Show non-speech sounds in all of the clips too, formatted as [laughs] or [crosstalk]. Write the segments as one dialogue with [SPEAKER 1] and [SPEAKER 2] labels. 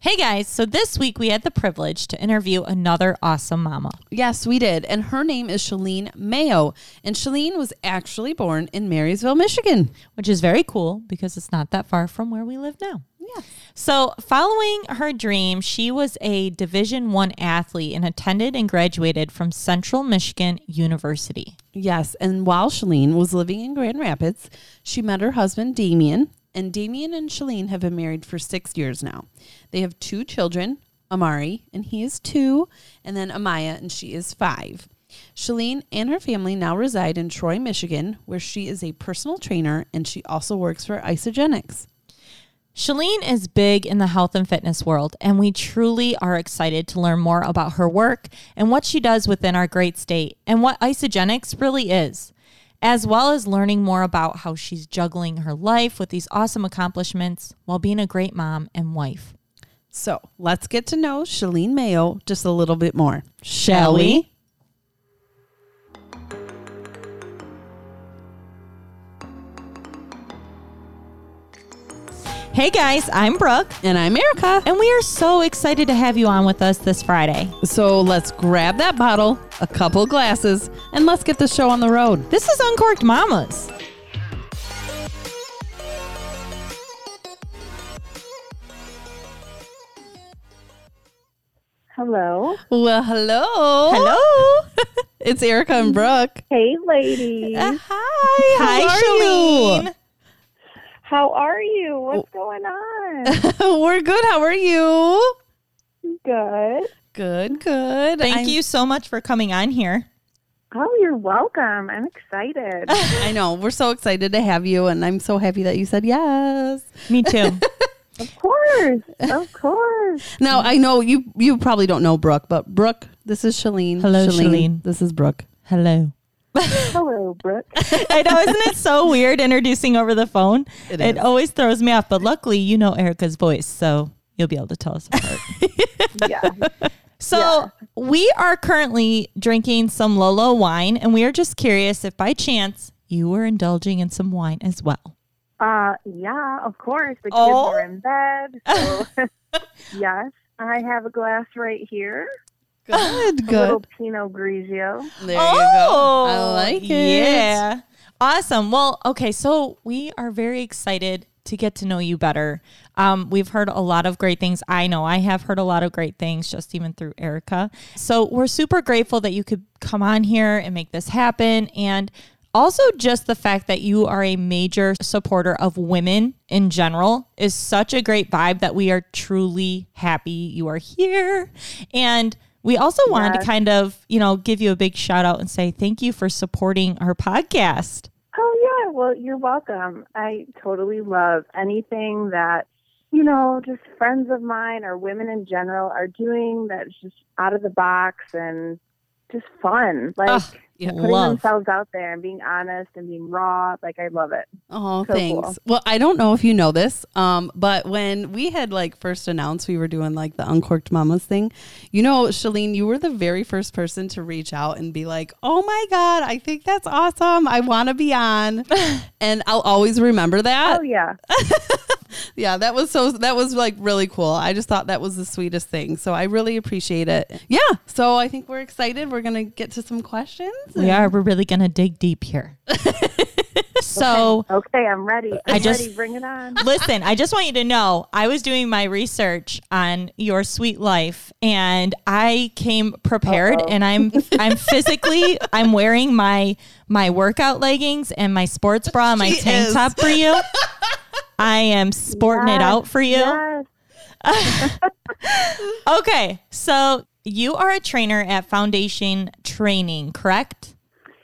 [SPEAKER 1] Hey guys, so this week we had the privilege to interview another awesome mama.
[SPEAKER 2] Yes, we did. And her name is Shalene Mayo. And Shalene was actually born in Marysville, Michigan.
[SPEAKER 1] which is very cool because it's not that far from where we live now.
[SPEAKER 2] Yeah.
[SPEAKER 1] So, following her dream, she was a Division 1 athlete and attended and graduated from Central Michigan University.
[SPEAKER 2] Yes. And while Shalene was living in Grand Rapids, she met her husband, Damien. And Damien and Shalene have been married for six years now. They have two children, Amari, and he is two, and then Amaya, and she is five. Shalene and her family now reside in Troy, Michigan, where she is a personal trainer and she also works for Isogenics.
[SPEAKER 1] Shalene is big in the health and fitness world, and we truly are excited to learn more about her work and what she does within our great state and what isogenics really is, as well as learning more about how she's juggling her life with these awesome accomplishments while being a great mom and wife.
[SPEAKER 2] So let's get to know Shalene Mayo just a little bit more,
[SPEAKER 1] Shall we? Hey guys, I'm Brooke,
[SPEAKER 2] And I'm Erica.
[SPEAKER 1] and we are so excited to have you on with us this Friday.
[SPEAKER 2] So let's grab that bottle, a couple glasses, and let's get the show on the road.
[SPEAKER 1] This is Uncorked Mamas.
[SPEAKER 3] Hello.
[SPEAKER 2] Well, hello. [laughs]
[SPEAKER 1] Hello.
[SPEAKER 2] It's Erica and Brooke.
[SPEAKER 3] Hey, ladies.
[SPEAKER 2] Uh, hi.
[SPEAKER 1] Hi,
[SPEAKER 2] how
[SPEAKER 1] Shalene.
[SPEAKER 3] How are you? What's going on?
[SPEAKER 2] are you? [laughs] We're good. How are you?
[SPEAKER 3] Good.
[SPEAKER 2] Good, good.
[SPEAKER 1] Thank
[SPEAKER 2] I'm- [laughs]
[SPEAKER 1] you so much for coming on here.
[SPEAKER 3] Oh, you're welcome. I'm excited.
[SPEAKER 2] I know. We're so excited to have you, and I'm so happy that you said yes.
[SPEAKER 1] Me too.
[SPEAKER 3] of course. Of course.
[SPEAKER 2] Now, I know you you probably don't know Brooke, but Brooke, this is Shalene.
[SPEAKER 1] Hello, Shalene.
[SPEAKER 2] This is Brooke.
[SPEAKER 1] [laughs] Hello.
[SPEAKER 3] Hello, Brooke.
[SPEAKER 1] [laughs] I know, isn't it so weird introducing over the phone?
[SPEAKER 2] It
[SPEAKER 1] it
[SPEAKER 2] is.
[SPEAKER 1] always throws me off, but luckily you know Erica's voice, so you'll be able to tell us
[SPEAKER 2] [laughs]
[SPEAKER 1] apart.
[SPEAKER 3] Yeah.
[SPEAKER 1] So we are currently drinking some Lolo wine, and we are just curious if by chance you were indulging in some wine as well.
[SPEAKER 3] Uh, yeah, of course. The kids
[SPEAKER 1] Oh.
[SPEAKER 3] are in bed. So, [laughs] yes, I have a glass right here.
[SPEAKER 2] [laughs] Good,
[SPEAKER 3] A little
[SPEAKER 2] good. Oh,
[SPEAKER 3] Pinot Grigio.
[SPEAKER 2] There I like it.
[SPEAKER 1] Oh, Yeah. Awesome. Well, okay, so we are very excited to get to know you better. Um, we've heard a lot of great things. I know I have heard a lot of great things just even through Erica. So we're super grateful that you could come on here and make this happen. And also, just the fact that you are a major supporter of women in general is such a great vibe that we are truly happy you are here. And we also wanted to
[SPEAKER 3] Yes.
[SPEAKER 1] kind of, you know, give you a big shout out and say thank you for supporting our podcast.
[SPEAKER 3] Oh, yeah. Well, you're welcome. I totally love anything that, you know, just friends of mine or women in general are doing that's just out of the box and just fun. Like
[SPEAKER 1] Ugh,
[SPEAKER 3] putting
[SPEAKER 1] Ah, Love.
[SPEAKER 3] themselves out there and being honest and being raw. Like, I love it.
[SPEAKER 2] Oh,
[SPEAKER 3] So
[SPEAKER 2] thanks.
[SPEAKER 3] cool.
[SPEAKER 2] Well, I don't know if you know this, um, but when we had like first announced we were doing like the Uncorked Mamas thing, you know, Shalene, you were the very first person to reach out and be like, "Oh my god, I think that's awesome. I want to be
[SPEAKER 3] [laughs]
[SPEAKER 2] on," and I'll always remember that.
[SPEAKER 3] Oh, yeah.
[SPEAKER 2] Yeah, that was so. That was like really cool. I just thought that was the sweetest thing. So I really appreciate it. Yeah. So I think we're excited. We're gonna get to some questions.
[SPEAKER 1] We are. We're really going to dig deep here. so.
[SPEAKER 3] Okay, I'm ready. I'm
[SPEAKER 1] I just-
[SPEAKER 3] ready. Bring it on.
[SPEAKER 1] Listen, I just want you to know I was doing my research on your sweet life and I came prepared and I'm I'm physically I'm wearing my my workout leggings and my sports bra and my
[SPEAKER 2] She
[SPEAKER 1] tank
[SPEAKER 2] is.
[SPEAKER 1] top for you. I am sporting it
[SPEAKER 3] Yes,
[SPEAKER 1] out [laughs] for you.
[SPEAKER 3] Yes.
[SPEAKER 1] Okay. So you are a trainer at Foundation Training, correct?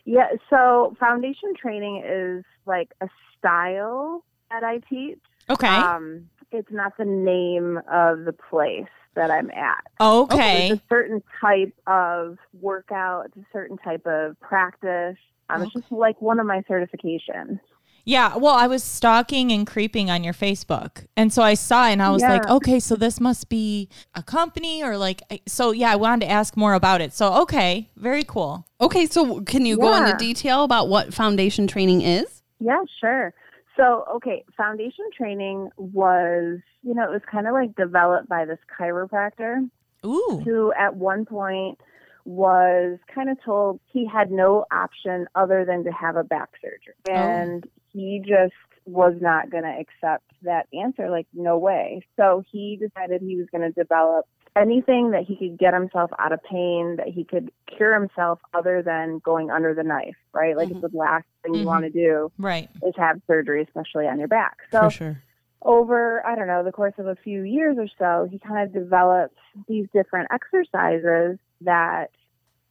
[SPEAKER 3] Yeah, so foundation training is like a style that I teach.
[SPEAKER 1] Okay.
[SPEAKER 3] Um, it's not the name of the place that I'm at.
[SPEAKER 1] okay.
[SPEAKER 3] It's Oh, a certain type of workout. It's a certain type of practice. Um, It's just like one of my certifications.
[SPEAKER 1] Yeah, well, I was stalking and creeping on your Facebook. And so I saw it and I was
[SPEAKER 3] Yeah.
[SPEAKER 1] like, okay, so this must be a company or like, I- so yeah, I wanted to ask more about it. So, okay, very cool.
[SPEAKER 2] Okay. So can you go into
[SPEAKER 3] Yeah.
[SPEAKER 2] detail about what foundation training is?
[SPEAKER 3] Yeah, sure. So, okay, foundation training was, you know, it was kind of like developed by this chiropractor
[SPEAKER 1] Ooh.
[SPEAKER 3] who at one point was kind of told he had no option other than to have a back surgery. And he just was not going to accept that answer. Like, no way. So he decided he was going to develop anything that he could get himself out of pain, that he could cure himself other than going under the knife, right? Like, it's the last thing
[SPEAKER 1] Mhm.
[SPEAKER 3] you want to do
[SPEAKER 1] Right.
[SPEAKER 3] is have surgery, especially on your back. So,
[SPEAKER 2] for sure.
[SPEAKER 3] over, I don't know, the course of a few years or so, he kind of developed these different exercises that,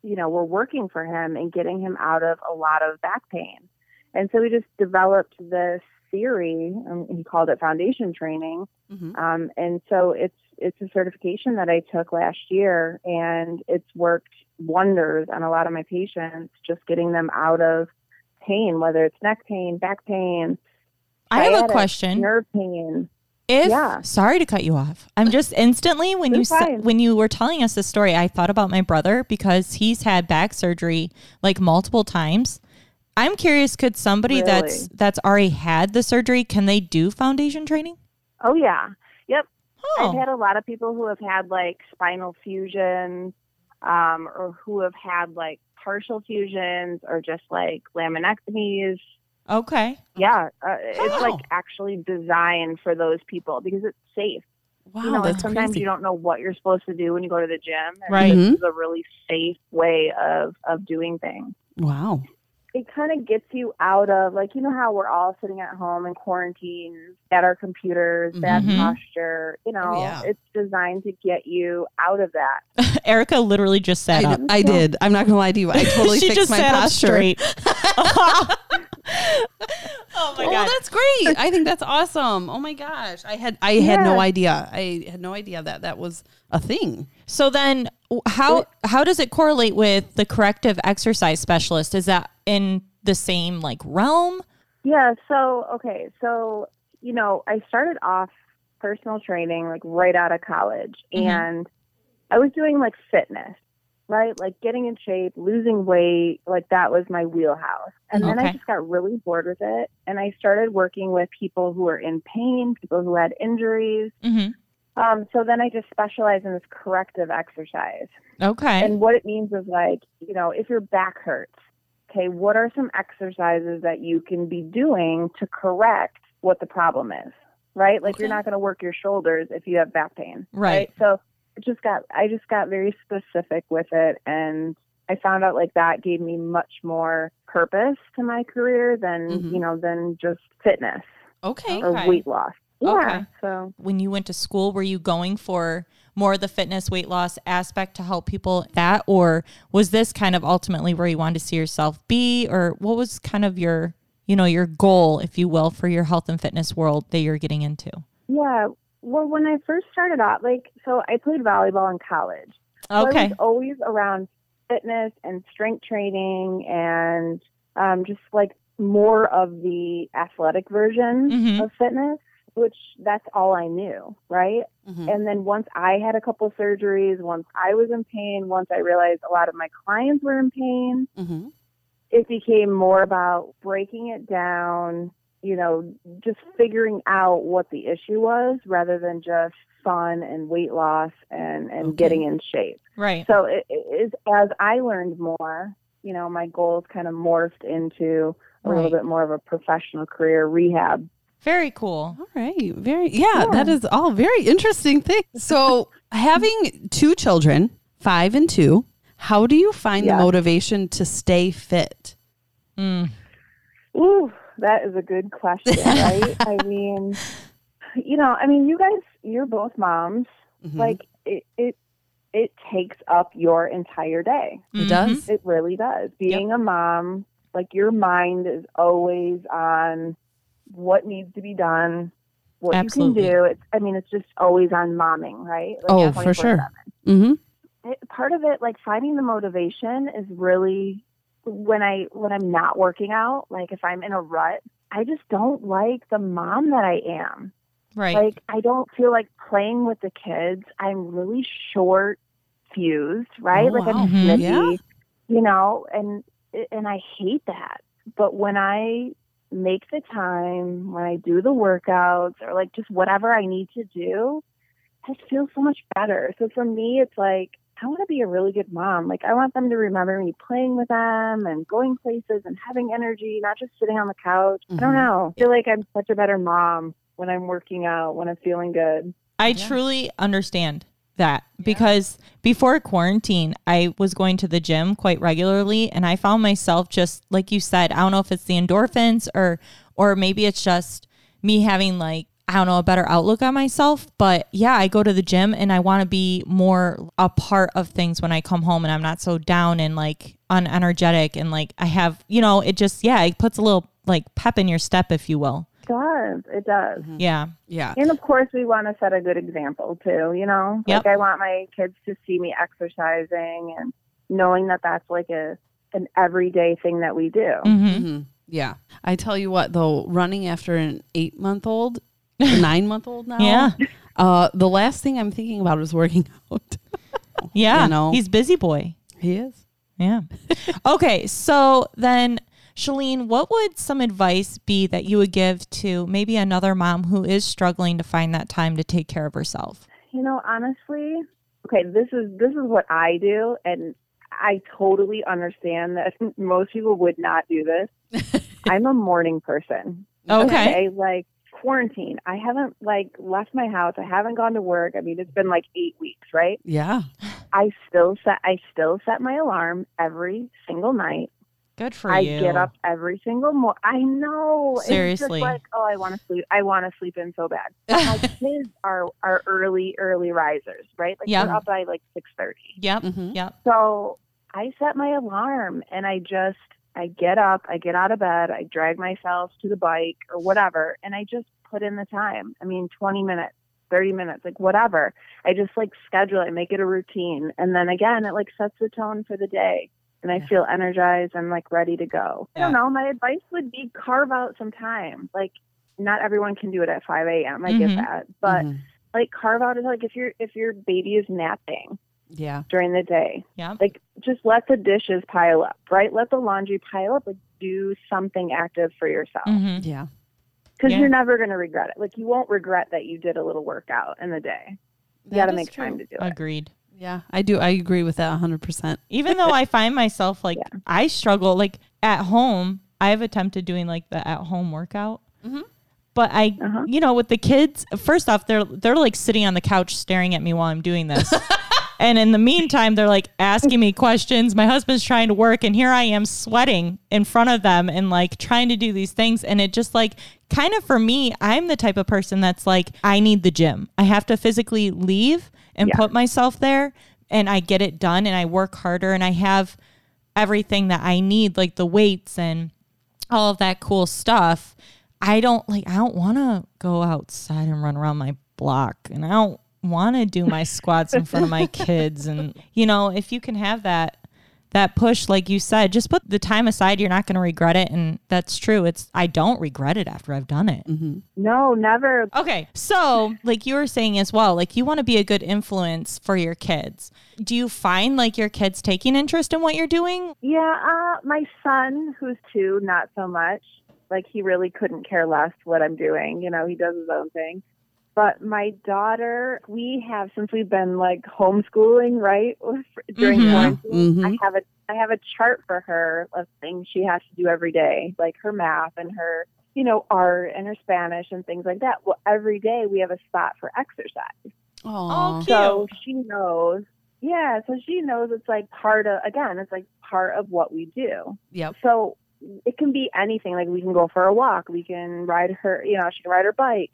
[SPEAKER 3] you know, were working for him and getting him out of a lot of back pain. And so he just developed this theory, and he called it foundation training,
[SPEAKER 2] Mhm.
[SPEAKER 3] um, and so it's it's a certification that I took last year, and it's worked wonders on a lot of my patients, just getting them out of pain, whether it's neck pain, back pain,
[SPEAKER 1] I have a
[SPEAKER 3] Sciatic,
[SPEAKER 1] question.
[SPEAKER 3] nerve pain.
[SPEAKER 1] If
[SPEAKER 3] Yeah.
[SPEAKER 1] sorry to cut you off, I'm just instantly when you
[SPEAKER 3] It's
[SPEAKER 1] sa-
[SPEAKER 3] fine.
[SPEAKER 1] when you were telling us this story, I thought about my brother because he's had back surgery like multiple times. I'm curious, could somebody that's
[SPEAKER 3] Really?
[SPEAKER 1] that's already had the surgery can they do foundation training?
[SPEAKER 3] Oh yeah, I've
[SPEAKER 1] Oh,
[SPEAKER 3] had a lot of people who have had like spinal fusions, um, or who have had like partial fusions, or just like laminectomies.
[SPEAKER 1] Oh, okay. [laughs]
[SPEAKER 3] Yeah, uh, it's
[SPEAKER 1] Oh.
[SPEAKER 3] like actually designed for those people because it's safe.
[SPEAKER 2] Wow,
[SPEAKER 3] you know, and
[SPEAKER 2] that's
[SPEAKER 3] sometimes
[SPEAKER 2] crazy.
[SPEAKER 3] you don't know what you're supposed to do when you go to the gym. and
[SPEAKER 1] Right.
[SPEAKER 3] This is a really safe way of, of doing things.
[SPEAKER 2] Wow.
[SPEAKER 3] It kind of gets you out of, like, you know how we're all sitting at home in quarantine at our computers, bad
[SPEAKER 1] Mhm.
[SPEAKER 3] posture. You know,
[SPEAKER 2] Mm-hmm. Oh, yeah.
[SPEAKER 3] it's designed to get you out of that.
[SPEAKER 1] Erica literally just sat
[SPEAKER 2] I,
[SPEAKER 1] up.
[SPEAKER 2] I did. I'm not gonna lie to
[SPEAKER 1] [laughs]
[SPEAKER 2] you. I totally
[SPEAKER 1] she
[SPEAKER 2] fixed
[SPEAKER 1] just
[SPEAKER 2] my
[SPEAKER 1] sat
[SPEAKER 2] posture.
[SPEAKER 1] up
[SPEAKER 2] [laughs]
[SPEAKER 1] straight. oh my
[SPEAKER 2] oh,
[SPEAKER 1] god.
[SPEAKER 2] that's great! I think that's awesome. Oh my gosh, I had I had no
[SPEAKER 3] Yeah.
[SPEAKER 2] idea. I had no idea that that was a thing.
[SPEAKER 1] So then w- how how does it correlate with the corrective exercise specialist? Is that in the same like realm?
[SPEAKER 3] Yeah. So, okay. So, you know, I started off personal training like right out of college
[SPEAKER 1] Mhm.
[SPEAKER 2] Mm-hmm.
[SPEAKER 3] and I was doing like fitness, right? Like getting in shape, losing weight. Like that was my wheelhouse. And then
[SPEAKER 1] Okay.
[SPEAKER 3] I just got really bored with it. And I started working with people who were in pain, people who had injuries.
[SPEAKER 1] Mhm.
[SPEAKER 3] Um, so then I just specialized in this corrective exercise.
[SPEAKER 1] Okay.
[SPEAKER 3] And what it means is like, you know, if your back hurts, okay, what are some exercises that you can be doing to correct what the problem is? Right? Like you're
[SPEAKER 1] Okay.
[SPEAKER 3] not going to work your shoulders if you have back pain.
[SPEAKER 1] Right.
[SPEAKER 3] So it just got I just got very specific with it and I found out like that gave me much more purpose to my career than,
[SPEAKER 2] Mhm.
[SPEAKER 3] you know, than just fitness
[SPEAKER 2] Okay.
[SPEAKER 3] or
[SPEAKER 1] Mm-hmm. Okay.
[SPEAKER 3] weight loss. Yeah.
[SPEAKER 1] Okay.
[SPEAKER 3] So
[SPEAKER 1] when you went to school were you going for more of the fitness weight loss aspect to help people with that or was this kind of ultimately where you wanted to see yourself be or what was kind of your you know your goal if you will for your health and fitness world that you're getting into
[SPEAKER 3] yeah. Well, when I first started out, like, so I played volleyball in college. So I
[SPEAKER 1] okay
[SPEAKER 3] was always around fitness and strength training and um, just like more of the athletic version [laughs]
[SPEAKER 1] Mhm.
[SPEAKER 3] of fitness, which that's all I knew, right?
[SPEAKER 2] Mhm.
[SPEAKER 3] And then once I had a couple surgeries, once I was in pain, once I realized a lot of my clients were in pain,
[SPEAKER 2] Mhm.
[SPEAKER 3] it became more about breaking it down, you know, just figuring out what the issue was rather than just fun and weight loss and, and
[SPEAKER 2] Okay.
[SPEAKER 3] getting in shape.
[SPEAKER 1] right
[SPEAKER 3] So it, it is as I learned more, you know, my goals kind of morphed into a little
[SPEAKER 1] Right.
[SPEAKER 3] bit more of a professional career rehab.
[SPEAKER 1] very cool
[SPEAKER 2] All right. Very. Yeah,
[SPEAKER 3] Yeah.
[SPEAKER 2] That is all very interesting
[SPEAKER 3] [laughs]
[SPEAKER 2] things. So having two children, five and two, how do you find
[SPEAKER 3] Yeah.
[SPEAKER 2] the motivation to stay fit?
[SPEAKER 1] Mm.
[SPEAKER 3] Ooh, that is a good question, right? I mean, you know, I mean, you guys, you're both moms.
[SPEAKER 2] Mhm.
[SPEAKER 3] Like it, it, it takes up your entire day.
[SPEAKER 2] it
[SPEAKER 1] Mhm.
[SPEAKER 2] does.
[SPEAKER 3] It really does. Being a mom, like your mind is always on what needs to be done, what
[SPEAKER 1] Absolutely.
[SPEAKER 3] you can do. It's, I mean, it's just always on momming, right? Like
[SPEAKER 2] Oh, for sure.
[SPEAKER 3] 24/7.
[SPEAKER 2] Mm-hmm.
[SPEAKER 3] it, part of it like finding the motivation is really when i when i'm not working out like if i'm in a rut i just don't like the mom that i am
[SPEAKER 1] right
[SPEAKER 3] like i don't feel like playing with the kids i'm really short fused right
[SPEAKER 2] Oh,
[SPEAKER 3] like
[SPEAKER 2] wow.
[SPEAKER 3] i'm
[SPEAKER 1] Mhm.
[SPEAKER 3] snippy
[SPEAKER 2] Yeah.
[SPEAKER 3] you know and and i hate that but when i make the time when I do the workouts or like just whatever I need to do, I just feel so much better. So for me, it's like, I want to be a really good mom. Like, I want them to remember me playing with them and going places and having energy, not just sitting on the couch. I
[SPEAKER 2] Mhm.
[SPEAKER 3] don't know. I feel like I'm such a better mom when I'm working out, when I'm feeling good.
[SPEAKER 1] I
[SPEAKER 2] Yeah.
[SPEAKER 1] truly understand that because before quarantine, I was going to the gym quite regularly and I found myself just like you said, I don't know if it's the endorphins or or maybe it's just me having like I don't know a better outlook on myself, but yeah, I go to the gym and I want to be more a part of things when I come home and I'm not so down and like unenergetic and like I have, you know, it just yeah, it puts a little like pep in your step if you will.
[SPEAKER 3] It does. It does.
[SPEAKER 2] Mm.
[SPEAKER 1] Yeah.
[SPEAKER 2] Yeah.
[SPEAKER 3] And of course, we want to set a good example too, you know?
[SPEAKER 1] Yep.
[SPEAKER 3] Like, I want my kids to see me exercising and knowing that that's like a an everyday thing that we do.
[SPEAKER 1] Mhm.
[SPEAKER 2] hmm Yeah. I tell you what, though, running after an eight month [laughs] old, nine month old now.
[SPEAKER 1] Yeah.
[SPEAKER 2] Uh, the last thing I'm thinking about is working [laughs] out.
[SPEAKER 1] Yeah.
[SPEAKER 2] You know.
[SPEAKER 1] He's busy boy.
[SPEAKER 2] he is.
[SPEAKER 1] Yeah. [laughs] okay. So then, Shalene, what would some advice be that you would give to maybe another mom who is struggling to find that time to take care of herself?
[SPEAKER 3] You know, honestly, okay, this is this is what I do and I totally understand that [laughs] most people would not do this.
[SPEAKER 1] [laughs]
[SPEAKER 3] I'm a morning person.
[SPEAKER 1] Okay.
[SPEAKER 3] like quarantine. I haven't like left my house. I haven't gone to work. I mean, it's been like 8 weeks, right?
[SPEAKER 2] Yeah.
[SPEAKER 3] I still set I still set my alarm every single night.
[SPEAKER 1] Good for
[SPEAKER 3] I
[SPEAKER 1] you.
[SPEAKER 3] get up every single morning. I know. It's just
[SPEAKER 1] Seriously.
[SPEAKER 3] like, oh, I want to sleep. I want to sleep in
[SPEAKER 1] [laughs]
[SPEAKER 3] so bad. My kids are are early early risers, right? Like
[SPEAKER 1] Yeah.
[SPEAKER 3] they're up by like six thirty.
[SPEAKER 1] Yep.
[SPEAKER 2] Mhm.
[SPEAKER 1] Yep.
[SPEAKER 3] So I set my alarm and I just I get up, I get out of bed, I drag myself to the bike or whatever, and I just put in the time. I mean, twenty minutes. 30 minutes, like whatever. I just like schedule it, make it a routine. And then again, it like sets the tone for the day. And I
[SPEAKER 2] Yeah.
[SPEAKER 3] feel energized. I'm like ready to go. I don't
[SPEAKER 2] Yeah.
[SPEAKER 3] know. My advice would be carve out some time. Like, not everyone can do it at 5 a.m. I
[SPEAKER 1] Mhm.
[SPEAKER 3] get that. But
[SPEAKER 2] Mhm.
[SPEAKER 3] like carve out, like if your if your baby is napping
[SPEAKER 2] yeah.
[SPEAKER 3] during the day,
[SPEAKER 1] Yep.
[SPEAKER 3] like just let the dishes pile up, right? Let the laundry pile up. Like do something active for yourself
[SPEAKER 1] hmm
[SPEAKER 2] Mm, Yeah.
[SPEAKER 3] because
[SPEAKER 1] Yeah.
[SPEAKER 3] you're never going to regret it. Like you won't regret that you did a little workout in the day. You got to
[SPEAKER 2] That is
[SPEAKER 3] make time
[SPEAKER 2] true.
[SPEAKER 3] to do it.
[SPEAKER 1] Agreed.
[SPEAKER 2] Yeah. I do. I agree with that 100%.
[SPEAKER 1] Even though I find myself like I struggle like at home, I have attempted doing like the at home workout.
[SPEAKER 2] Mhm.
[SPEAKER 1] But I,
[SPEAKER 3] Uh-huh.
[SPEAKER 1] you know, with the kids, first off, they're they're like sitting on the couch staring at me while I'm doing this. And in the meantime, they're like asking me questions. My husband's trying to work, and here I am sweating in front of them and like trying to do these things. And it just like kind of for me, I'm the type of person that's like, I need the gym. I have to physically leave and
[SPEAKER 3] Yeah.
[SPEAKER 1] put myself there, and I get it done, and I work harder, and I have everything that I need, like the weights and all of that cool stuff. I don't like I don't want to go outside and run around my block and I don't want to do [laughs] my squats in front of my kids and you know, if you can have that that push like you said, just put the time aside, you're not going to regret it and that's true. It's I don't regret it after I've done it.
[SPEAKER 3] No, never.
[SPEAKER 1] Okay. So, like you were saying as well, like you want to be a good influence for your kids. Do you find like your kids taking interest in what you're doing?
[SPEAKER 3] Yeah, uh, my son, who's two, not so much. Like he really couldn't care less what I'm doing. You know, he does his own thing. But my daughter, we have since we've been like homeschooling, right? [laughs] During
[SPEAKER 1] Mhm.
[SPEAKER 3] quarantine,
[SPEAKER 2] Mhm.
[SPEAKER 3] I have a I have a chart for her of things she has to do every day, like her math and her, you know, art and her Spanish and things like that. Well, every day we have a spot for exercise.
[SPEAKER 2] Aw.
[SPEAKER 1] cute.
[SPEAKER 3] So she knows. Yeah, so she knows it's like part of again, it's like part of what we do.
[SPEAKER 2] Yep.
[SPEAKER 3] So it can be anything. Like we can go for a walk, we can ride her, you know, she can ride her bike.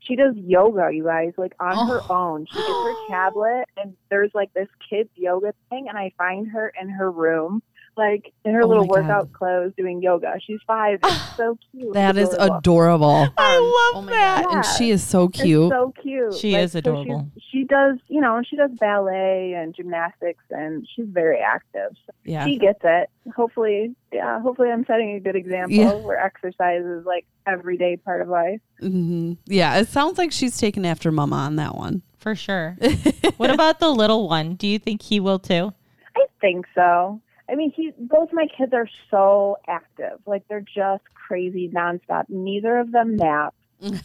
[SPEAKER 3] She does yoga, you guys, like on her own. She gets her tablet and there's like this kids yoga thing and I find her in her room, like in her
[SPEAKER 2] Oh
[SPEAKER 3] little
[SPEAKER 2] my God.
[SPEAKER 3] workout clothes doing yoga. She's 5. It's so cute.
[SPEAKER 2] That
[SPEAKER 3] It's
[SPEAKER 2] is [laughs]
[SPEAKER 3] adorable.
[SPEAKER 2] adorable.
[SPEAKER 1] I
[SPEAKER 2] oh
[SPEAKER 3] Um,
[SPEAKER 1] love that.
[SPEAKER 2] And
[SPEAKER 3] Yeah.
[SPEAKER 2] she is so cute.
[SPEAKER 3] It's so cute.
[SPEAKER 1] She is
[SPEAKER 3] so
[SPEAKER 1] adorable.
[SPEAKER 3] she's- she does, you know, she does ballet and gymnastics, and she's very active. So
[SPEAKER 2] yeah.
[SPEAKER 3] She gets it. Hopefully, yeah. Hopefully, I'm setting a good example
[SPEAKER 2] Yeah.
[SPEAKER 3] where exercise is like everyday part of life.
[SPEAKER 2] hmm Yeah. It sounds like she's taken after mama on that one.
[SPEAKER 1] For sure. [laughs] what about the little one? Do you think he will too?
[SPEAKER 3] I think so. I mean, he both my kids are so active. Like they're just crazy nonstop. Neither of
[SPEAKER 2] [laughs]
[SPEAKER 3] them nap.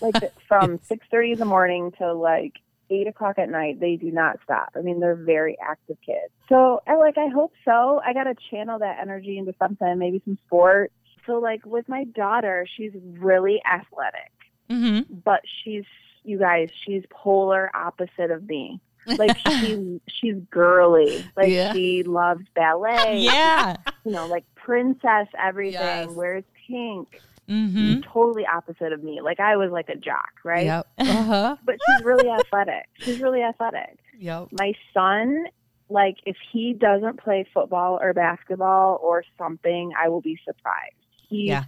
[SPEAKER 3] Like from six thirty in the morning to like eight o'clock at night, they do not stop. I mean, they're very active kids. So I like I hope so. I gotta channel that energy into something, maybe some sport. So like with my daughter, she's really athletic,
[SPEAKER 1] Mm-hmm.
[SPEAKER 3] but she's you guys, she's polar opposite of me.
[SPEAKER 2] [laughs]
[SPEAKER 3] Like she she's girly. Like
[SPEAKER 2] Yeah.
[SPEAKER 3] she loves ballet. [laughs]
[SPEAKER 1] Yeah.
[SPEAKER 3] You know, like princess everything,
[SPEAKER 2] Yes. Hmm?
[SPEAKER 3] wears pink.
[SPEAKER 1] Mm-hmm.
[SPEAKER 3] Totally opposite of me. Like I was like a jock, right?
[SPEAKER 2] Yep. Uh huh.
[SPEAKER 3] But she's really athletic. She's really athletic
[SPEAKER 2] Yep.
[SPEAKER 3] my son like if he doesn't play football or basketball or something i will be surprised he's,
[SPEAKER 2] Yeah.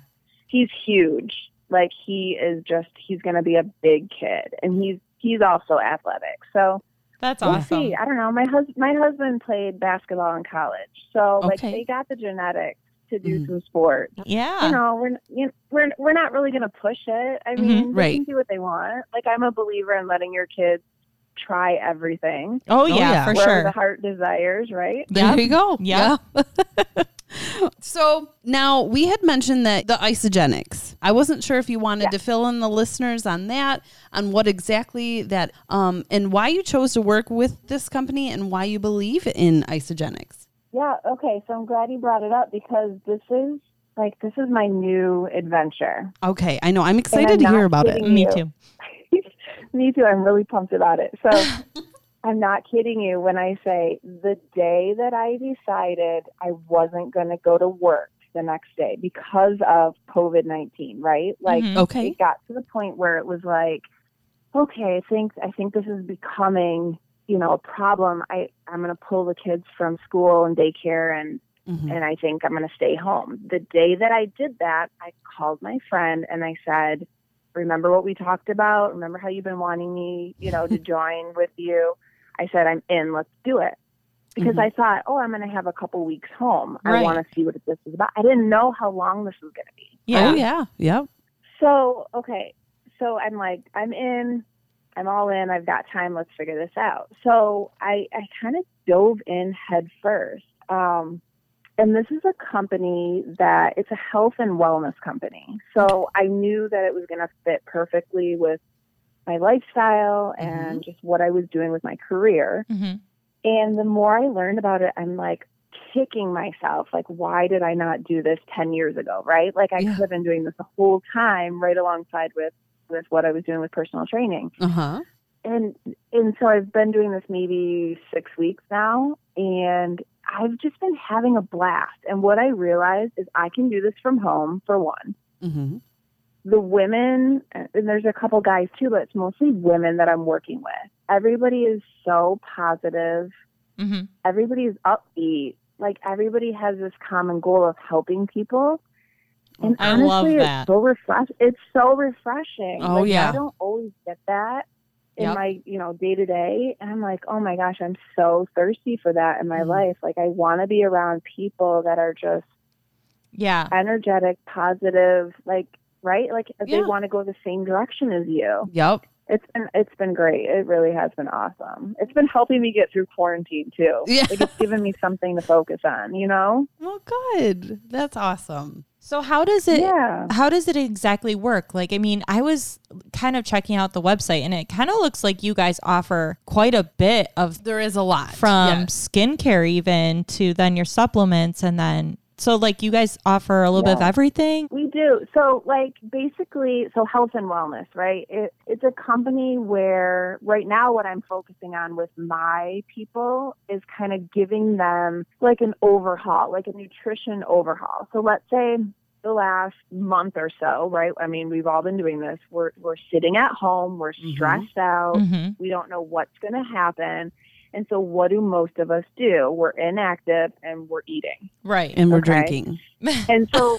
[SPEAKER 3] he's huge like he is just he's going to be a big kid and he's he's also athletic so
[SPEAKER 1] That's
[SPEAKER 3] we'll
[SPEAKER 1] awesome.
[SPEAKER 3] see i don't know my hus- my husband played basketball in college so like
[SPEAKER 2] Okay.
[SPEAKER 3] they got the genetics to do
[SPEAKER 2] Mhm.
[SPEAKER 3] some sport
[SPEAKER 1] Yeah.
[SPEAKER 3] you know, we're you know, we're we're not really going to push it. I
[SPEAKER 1] Mhm,
[SPEAKER 3] mean, they
[SPEAKER 2] Mm-hmm. right.
[SPEAKER 3] can do what they want. Like I'm a believer in letting your kids try everything
[SPEAKER 1] Oh, yeah,
[SPEAKER 2] yeah.
[SPEAKER 1] for
[SPEAKER 3] wherever
[SPEAKER 1] sure.
[SPEAKER 3] the heart desires, right?
[SPEAKER 2] There
[SPEAKER 1] Yep.
[SPEAKER 2] you go.
[SPEAKER 1] Yep.
[SPEAKER 2] Yeah. [laughs] so now we had mentioned that the isogenics. I wasn't sure if you wanted
[SPEAKER 3] Yeah.
[SPEAKER 2] to fill in the listeners on that, on what exactly that, um, and why you chose to work with this company and why you believe in isogenics.
[SPEAKER 3] Yeah. Okay. So I'm glad you brought it up because this is like this is my new adventure. [laughs]
[SPEAKER 2] Okay, I know. I'm excited to
[SPEAKER 3] not
[SPEAKER 2] hear about it.
[SPEAKER 3] kidding.
[SPEAKER 1] Me
[SPEAKER 3] you. Oh,
[SPEAKER 1] too.
[SPEAKER 3] Me too. I'm really pumped about it. So
[SPEAKER 1] [laughs]
[SPEAKER 3] I'm not kidding you when I say the day that I decided I wasn't going to go to work the next day because of COVID 19, right? Like,
[SPEAKER 1] Mhm.
[SPEAKER 2] Mm-hmm. Okay.
[SPEAKER 3] it got to the point where it was like, okay, I think I think this is becoming, you know, a problem. I I'm going to pull the kids from school and daycare and
[SPEAKER 2] Mhm.
[SPEAKER 3] and I think I'm going to stay home. The day that I did that, I called my friend and I said, "Remember what we talked about? Remember how you've been wanting me, you know, to join with you?" I said, "I'm in. Let's do it." Because
[SPEAKER 2] Mhm.
[SPEAKER 3] I thought, "Oh, I'm going to have a couple weeks home. I
[SPEAKER 1] Right.
[SPEAKER 3] want to see what this is about." I didn't know how long this was going to be.
[SPEAKER 1] Yeah.
[SPEAKER 2] Oh yeah. Yep.
[SPEAKER 3] So, okay. So I'm like, I'm in, I'm all in, I've got time, let's figure this out. So I, I kind of dove in head first. Um, and this is a company that it's a health and wellness company. So I knew that it was going to fit perfectly with my lifestyle and just what I was doing with my career.
[SPEAKER 1] Mhm.
[SPEAKER 3] And the more I learned about it, I'm like kicking myself. Like, why did I not do this 10 years ago? Right. Like, I
[SPEAKER 2] Yeah.
[SPEAKER 3] could have been doing this the whole time right alongside with, with what I was doing with personal training.
[SPEAKER 2] Uh huh.
[SPEAKER 3] And, and so I've been doing this maybe six weeks now and I've just been having a blast. And what I realized is I can do this from home for one
[SPEAKER 2] Mm-hmm.
[SPEAKER 3] the women, and there's a couple guys too, but it's mostly women that I'm working with. Everybody is so positive.
[SPEAKER 1] Mhm.
[SPEAKER 3] Everybody is upbeat. Like everybody has this common goal of helping people. And
[SPEAKER 1] I
[SPEAKER 3] honestly,
[SPEAKER 1] love that.
[SPEAKER 3] It's so refresh. It's so refreshing.
[SPEAKER 2] Oh,
[SPEAKER 3] Like,
[SPEAKER 2] yeah.
[SPEAKER 3] I don't always get that in
[SPEAKER 2] Yep.
[SPEAKER 3] my you know day to day, and I'm like, oh my gosh, I'm so thirsty for that in my
[SPEAKER 2] Mhm.
[SPEAKER 3] life. Like I want to be around people that are just
[SPEAKER 1] Yeah.
[SPEAKER 3] energetic, positive, like right, like they
[SPEAKER 2] Yeah.
[SPEAKER 3] want to go the same direction as you.
[SPEAKER 2] Yep.
[SPEAKER 3] It's been it's been great. It really has been awesome. It's been helping me get through quarantine too. [laughs]
[SPEAKER 2] Yeah.
[SPEAKER 3] Like it's given me something to focus on. You know?
[SPEAKER 2] Well, good. That's awesome.
[SPEAKER 1] So how does it
[SPEAKER 3] yeah.
[SPEAKER 1] how does it exactly work? Like I mean, I was kind of checking out the website and it kind of looks like you guys offer quite a bit of
[SPEAKER 2] There is a lot
[SPEAKER 1] from
[SPEAKER 2] Yes.
[SPEAKER 1] skincare even to then your supplements and then so like you guys offer a little bit of
[SPEAKER 3] Yeah.
[SPEAKER 1] everything.
[SPEAKER 3] We do. So, like, basically, so health and wellness, right? It, it's a company where right now what I'm focusing on with my people is kind of giving them like an overhaul, like a nutrition overhaul. So, let's say the last month or so, right? I mean, we've all been doing this. We're, we're sitting at home, we're
[SPEAKER 2] Mhm.
[SPEAKER 3] stressed out,
[SPEAKER 1] Mm-hmm.
[SPEAKER 3] we don't know what's going to happen. And so, what do most of us do? We're inactive and we're eating
[SPEAKER 1] Right.
[SPEAKER 2] and we're
[SPEAKER 3] Okay.
[SPEAKER 2] drinking.
[SPEAKER 3] and so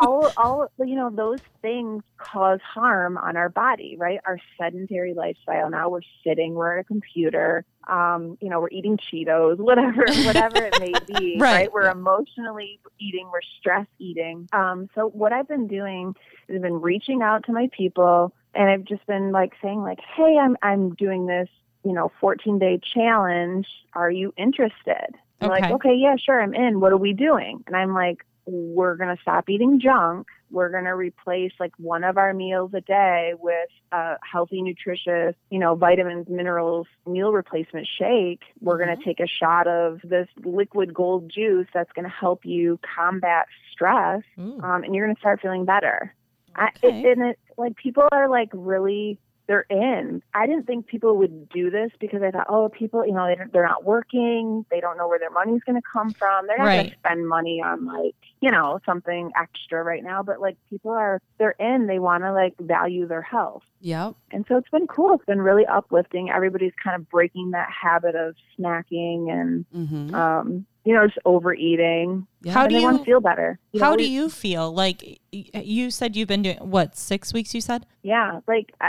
[SPEAKER 3] all all you know those things cause harm on our body right our sedentary lifestyle now we're sitting we're at a computer um, you know we're eating cheetos [laughs] whatever whatever it may be
[SPEAKER 1] Right.
[SPEAKER 3] we're emotionally eating we're stress eating um, so what i've been doing is i've been reaching out to my people and i've just been like saying like hey i'm i'm doing this you know 14 day challenge are you interested I'm
[SPEAKER 1] Okay.
[SPEAKER 3] like okay yeah sure i'm in what are we doing and i'm like we're going to stop eating junk. We're going to replace like one of our meals a day with a healthy, nutritious, you know, vitamins, minerals, meal replacement shake. We're going to take a shot of this liquid gold juice that's going to help you combat stress.
[SPEAKER 1] Ooh.
[SPEAKER 3] Um, and you're going to start feeling better. I, it,
[SPEAKER 2] Okay.
[SPEAKER 3] and it, like people are like really they're in. I didn't think people would do this because I thought, oh, people, you know, they don't, they're not working, they don't know where their money's going to come from. They're not going
[SPEAKER 1] Right.
[SPEAKER 3] to spend money on like you know something extra right now. But like people are they're in. They want to like value their health.
[SPEAKER 2] Yep.
[SPEAKER 3] And so it's been cool. It's been really uplifting. Everybody's kind of breaking that habit of snacking and,
[SPEAKER 2] Mm-hmm.
[SPEAKER 3] um, you know, just overeating.
[SPEAKER 2] Yeah.
[SPEAKER 1] How
[SPEAKER 3] and
[SPEAKER 1] do
[SPEAKER 3] they want
[SPEAKER 1] you
[SPEAKER 3] to feel better. You know,
[SPEAKER 1] how do
[SPEAKER 3] we-
[SPEAKER 1] you feel? Like y- you said you've been doing what, 6 weeks you said?
[SPEAKER 3] yeah like I,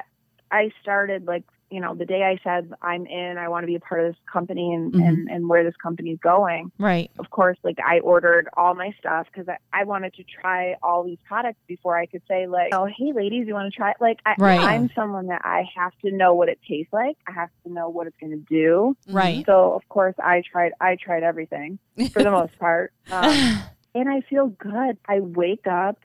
[SPEAKER 3] I started like you know the day i said i'm in i want to be a part of this company and
[SPEAKER 2] Mhm.
[SPEAKER 3] and, and where this company's going
[SPEAKER 1] [laughs] Right.
[SPEAKER 3] of course like i ordered all my stuff because I, I wanted to try all these products before i could say like oh hey ladies you want to try it like I,
[SPEAKER 1] Right.
[SPEAKER 3] i'm someone that i have to know what it tastes like i have to know what it's going to do
[SPEAKER 1] Right.
[SPEAKER 3] so of course i tried i tried everything for the most part um,
[SPEAKER 1] Mm-hmm.
[SPEAKER 3] and I feel good. I wake up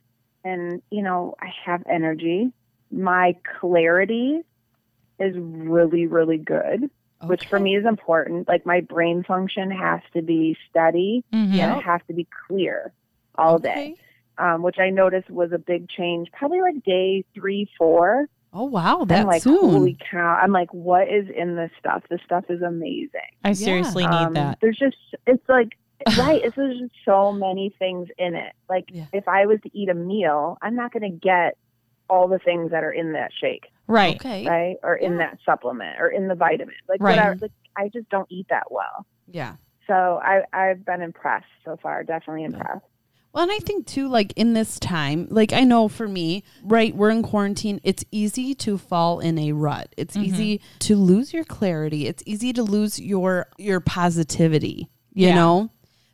[SPEAKER 3] and, you know, I have energy. My clarity is really, really good, Mm-hmm. which for
[SPEAKER 2] Okay.
[SPEAKER 3] me is important. Like my brain function has to be steady
[SPEAKER 1] Mhm.
[SPEAKER 3] and it has to be clear all day,
[SPEAKER 2] Okay.
[SPEAKER 3] um, which I noticed was a big change probably like day three, four.
[SPEAKER 2] Oh wow,
[SPEAKER 3] I'm
[SPEAKER 2] that
[SPEAKER 3] like,
[SPEAKER 2] soon.
[SPEAKER 3] holy cow. I'm like, what is in this stuff? This stuff is amazing.
[SPEAKER 1] I seriously
[SPEAKER 3] Um,
[SPEAKER 1] need that.
[SPEAKER 3] There's just it's
[SPEAKER 2] [sighs]
[SPEAKER 3] like right. It's, there's just so many things in it. Like
[SPEAKER 2] Yeah.
[SPEAKER 3] if I was to eat a meal, I'm not going to get all the things that are in that shake,
[SPEAKER 1] Right.
[SPEAKER 2] okay.
[SPEAKER 3] right, or in
[SPEAKER 2] Yeah.
[SPEAKER 3] that supplement, or in the vitamin. Like
[SPEAKER 1] Right.
[SPEAKER 3] whatever. Like I just don't eat that well.
[SPEAKER 2] Yeah.
[SPEAKER 3] So I I've been impressed so far. Definitely impressed.
[SPEAKER 2] Well, and I think too, like in this time, like I know for me, right, we're in quarantine. It's easy to fall in a rut. It's
[SPEAKER 3] Mm-hmm.
[SPEAKER 2] easy to lose your clarity. It's easy to lose your your positivity. You
[SPEAKER 1] Yeah.
[SPEAKER 2] know?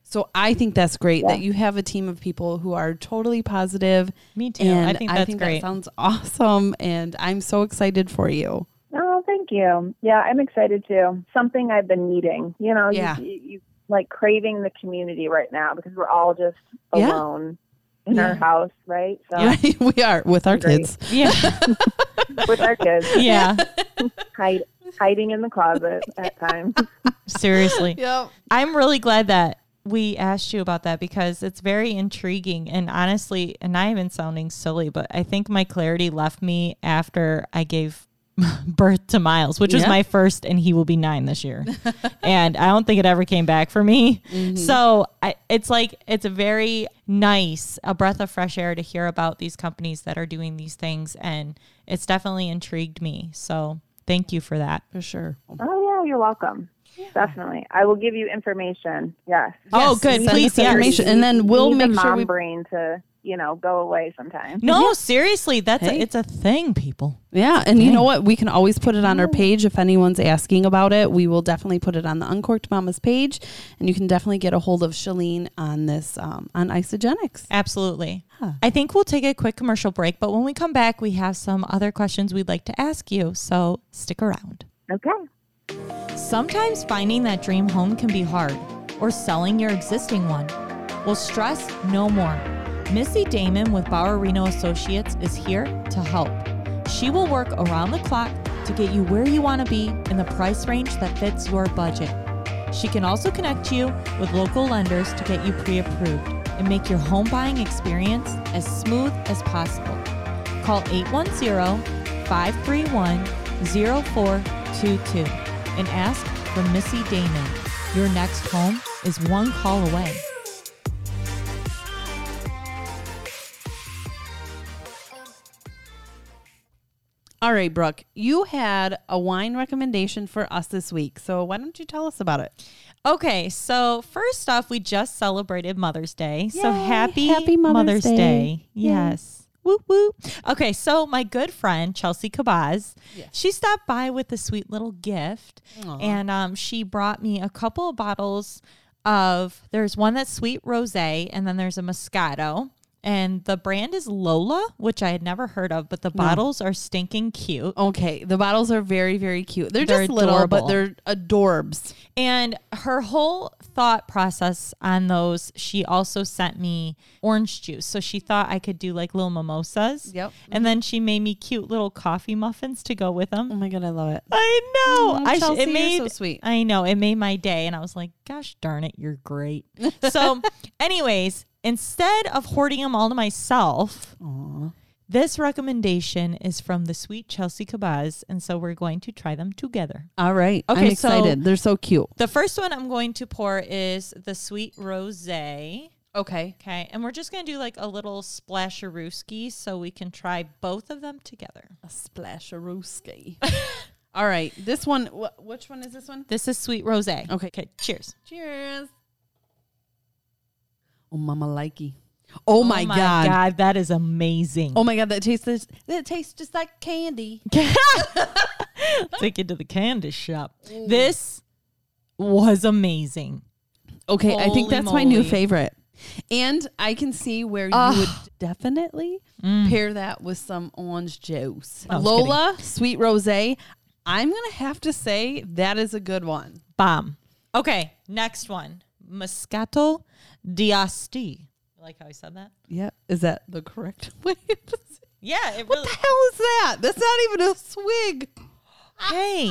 [SPEAKER 2] So I think that's great that you have a team of people who are totally positive.
[SPEAKER 1] Me too.
[SPEAKER 2] And
[SPEAKER 1] I think that's great.
[SPEAKER 2] that sounds [laughs] awesome. And I'm so excited for you.
[SPEAKER 3] Oh, thank you. Yeah, I'm excited too. Something I've been needing. You know, you-
[SPEAKER 2] Yeah.
[SPEAKER 3] you, you, like craving the community right now because we're all just
[SPEAKER 2] Yeah.
[SPEAKER 3] alone in
[SPEAKER 2] Yeah.
[SPEAKER 3] our house, right? So
[SPEAKER 2] [laughs] we are with our
[SPEAKER 3] Great.
[SPEAKER 2] kids.
[SPEAKER 1] yeah.
[SPEAKER 3] with our kids.
[SPEAKER 1] Yeah.
[SPEAKER 3] hide, hiding in the closet at times.
[SPEAKER 1] Seriously.
[SPEAKER 2] Yep.
[SPEAKER 1] I'm really glad that we asked you about that because it's very intriguing and honestly, and I have been sounding silly, but I think my clarity left me after I gave [laughs] birth to Miles, which was
[SPEAKER 2] Yeah.
[SPEAKER 1] my first, and he will be nine this year. and I don't think it ever came back for me.
[SPEAKER 3] Mm-hmm.
[SPEAKER 1] So I, it's like, it's a very nice, a breath of fresh air to hear about these companies that are doing these things. And it's definitely intrigued me. So thank you for that.
[SPEAKER 2] For sure.
[SPEAKER 3] Oh yeah, you're welcome. Definitely, I will give you information. Yes.
[SPEAKER 1] Oh,
[SPEAKER 2] Yes,
[SPEAKER 1] good.
[SPEAKER 2] send
[SPEAKER 1] Please,
[SPEAKER 2] us information,
[SPEAKER 1] yes.
[SPEAKER 2] And then we'll
[SPEAKER 3] Need the
[SPEAKER 2] make sure
[SPEAKER 3] mom
[SPEAKER 2] we
[SPEAKER 3] brain to you know go away sometimes.
[SPEAKER 1] No, seriously, that's
[SPEAKER 2] Hey.
[SPEAKER 1] a, it's a thing, people.
[SPEAKER 2] Yeah, and you know what? We can always put it on our page if anyone's asking about it. We will definitely put it on the Uncorked Mamas page, and you can definitely get a hold of Shalene on this um, on Isogenics.
[SPEAKER 1] Absolutely.
[SPEAKER 2] Huh.
[SPEAKER 1] I think we'll take a quick commercial break, but when we come back, we have some other questions we'd like to ask you. So stick around.
[SPEAKER 3] Okay.
[SPEAKER 1] Sometimes finding that dream home can be hard, or selling your existing one. Well, stress no more. Missy Damon with Bowerino Associates is here to help. She will work around the clock to get you where you want to be in the price range that fits your budget. She can also connect you with local lenders to get you pre approved and make your home buying experience as smooth as possible call 810-531-0422 and ask for Missy Damon. Your next home is one call away.
[SPEAKER 2] All right, Brooke, you had a wine recommendation for us this week, so why don't you tell us about it?
[SPEAKER 1] Okay, so first off, we just celebrated Mother's Day. so
[SPEAKER 2] Yay,
[SPEAKER 1] happy,
[SPEAKER 2] happy Mother's
[SPEAKER 1] Mother's,
[SPEAKER 2] Day.
[SPEAKER 1] Day.
[SPEAKER 2] Yay.
[SPEAKER 1] Yes. Whoop whoop. Okay, so my good friend Chelsea Cabaz, she stopped by with a sweet little gift, and um, she brought me a couple of bottles of. There's one that's sweet rosé, and then there's a Moscato, and the brand is Lola, which I had never heard of, but the bottles are stinking cute.
[SPEAKER 2] Okay, the bottles are very, very cute. They're,
[SPEAKER 1] They're
[SPEAKER 2] just little,
[SPEAKER 1] adorable.
[SPEAKER 2] but they're adorbs.
[SPEAKER 1] And her whole thought process on those, she also sent me orange juice. So she thought I could do like little mimosas.
[SPEAKER 2] Yep.
[SPEAKER 1] And then she made me cute little coffee muffins to go with them.
[SPEAKER 2] Oh my god, I love it.
[SPEAKER 1] I know.
[SPEAKER 2] Mm,
[SPEAKER 1] I sh-
[SPEAKER 2] Chelsea,
[SPEAKER 1] it
[SPEAKER 2] you're
[SPEAKER 1] made
[SPEAKER 2] so sweet.
[SPEAKER 1] I know it made my day, and I was like, "Gosh darn it, you're great."
[SPEAKER 2] [laughs]
[SPEAKER 1] So, anyways, instead of hoarding them all to myself, this recommendation is from the sweet Chelsea Cabaz, and so we're going to try them together.
[SPEAKER 2] All right,
[SPEAKER 1] Okay,
[SPEAKER 2] I'm excited.
[SPEAKER 1] so-
[SPEAKER 2] they're so cute.
[SPEAKER 1] The first one I'm going to pour is the sweet rose. Okay,
[SPEAKER 2] Okay,
[SPEAKER 1] and we're just gonna do like a little splasherooski, so we can try both of them together.
[SPEAKER 2] a splasherooski. [laughs] All right, this one. Wh- which one is this one?
[SPEAKER 1] This is sweet rose. Okay, okay, cheers.
[SPEAKER 2] Cheers. Oh, mama likey. Oh, my,
[SPEAKER 1] oh my
[SPEAKER 2] god.
[SPEAKER 1] god, that is amazing.
[SPEAKER 2] Oh my god, that tastes this. That tastes just like candy.
[SPEAKER 1] take it to the candy shop. This was amazing.
[SPEAKER 2] Okay, I
[SPEAKER 1] Holy
[SPEAKER 2] think that's my new
[SPEAKER 1] moly.
[SPEAKER 2] favorite. And I can see where you would definitely pair that with some orange juice.
[SPEAKER 1] I was
[SPEAKER 2] Lola, sweet rose. I'm going to have to say that is a good one.
[SPEAKER 1] Bomb. Okay, next one. Moscato d'Asti. Like how I said that?
[SPEAKER 2] Yeah. Is that the correct [laughs] way to say
[SPEAKER 1] Yeah, it
[SPEAKER 2] What
[SPEAKER 1] really.
[SPEAKER 2] the hell is that? That's not even a swig.
[SPEAKER 1] Hey,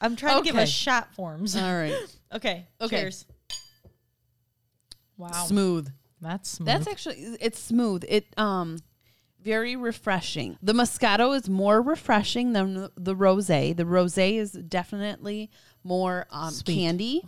[SPEAKER 1] I'm trying to give
[SPEAKER 2] Okay.
[SPEAKER 1] us shot forms.
[SPEAKER 2] All right.
[SPEAKER 1] Okay,
[SPEAKER 2] Okay.
[SPEAKER 1] cheers. Wow,
[SPEAKER 2] Smooth.
[SPEAKER 1] that's smooth.
[SPEAKER 2] That's actually it's smooth. It um very refreshing. The Moscato is more refreshing than the- the rosé. The rosé is definitely more um,
[SPEAKER 1] Sweet. Oh,
[SPEAKER 2] candy,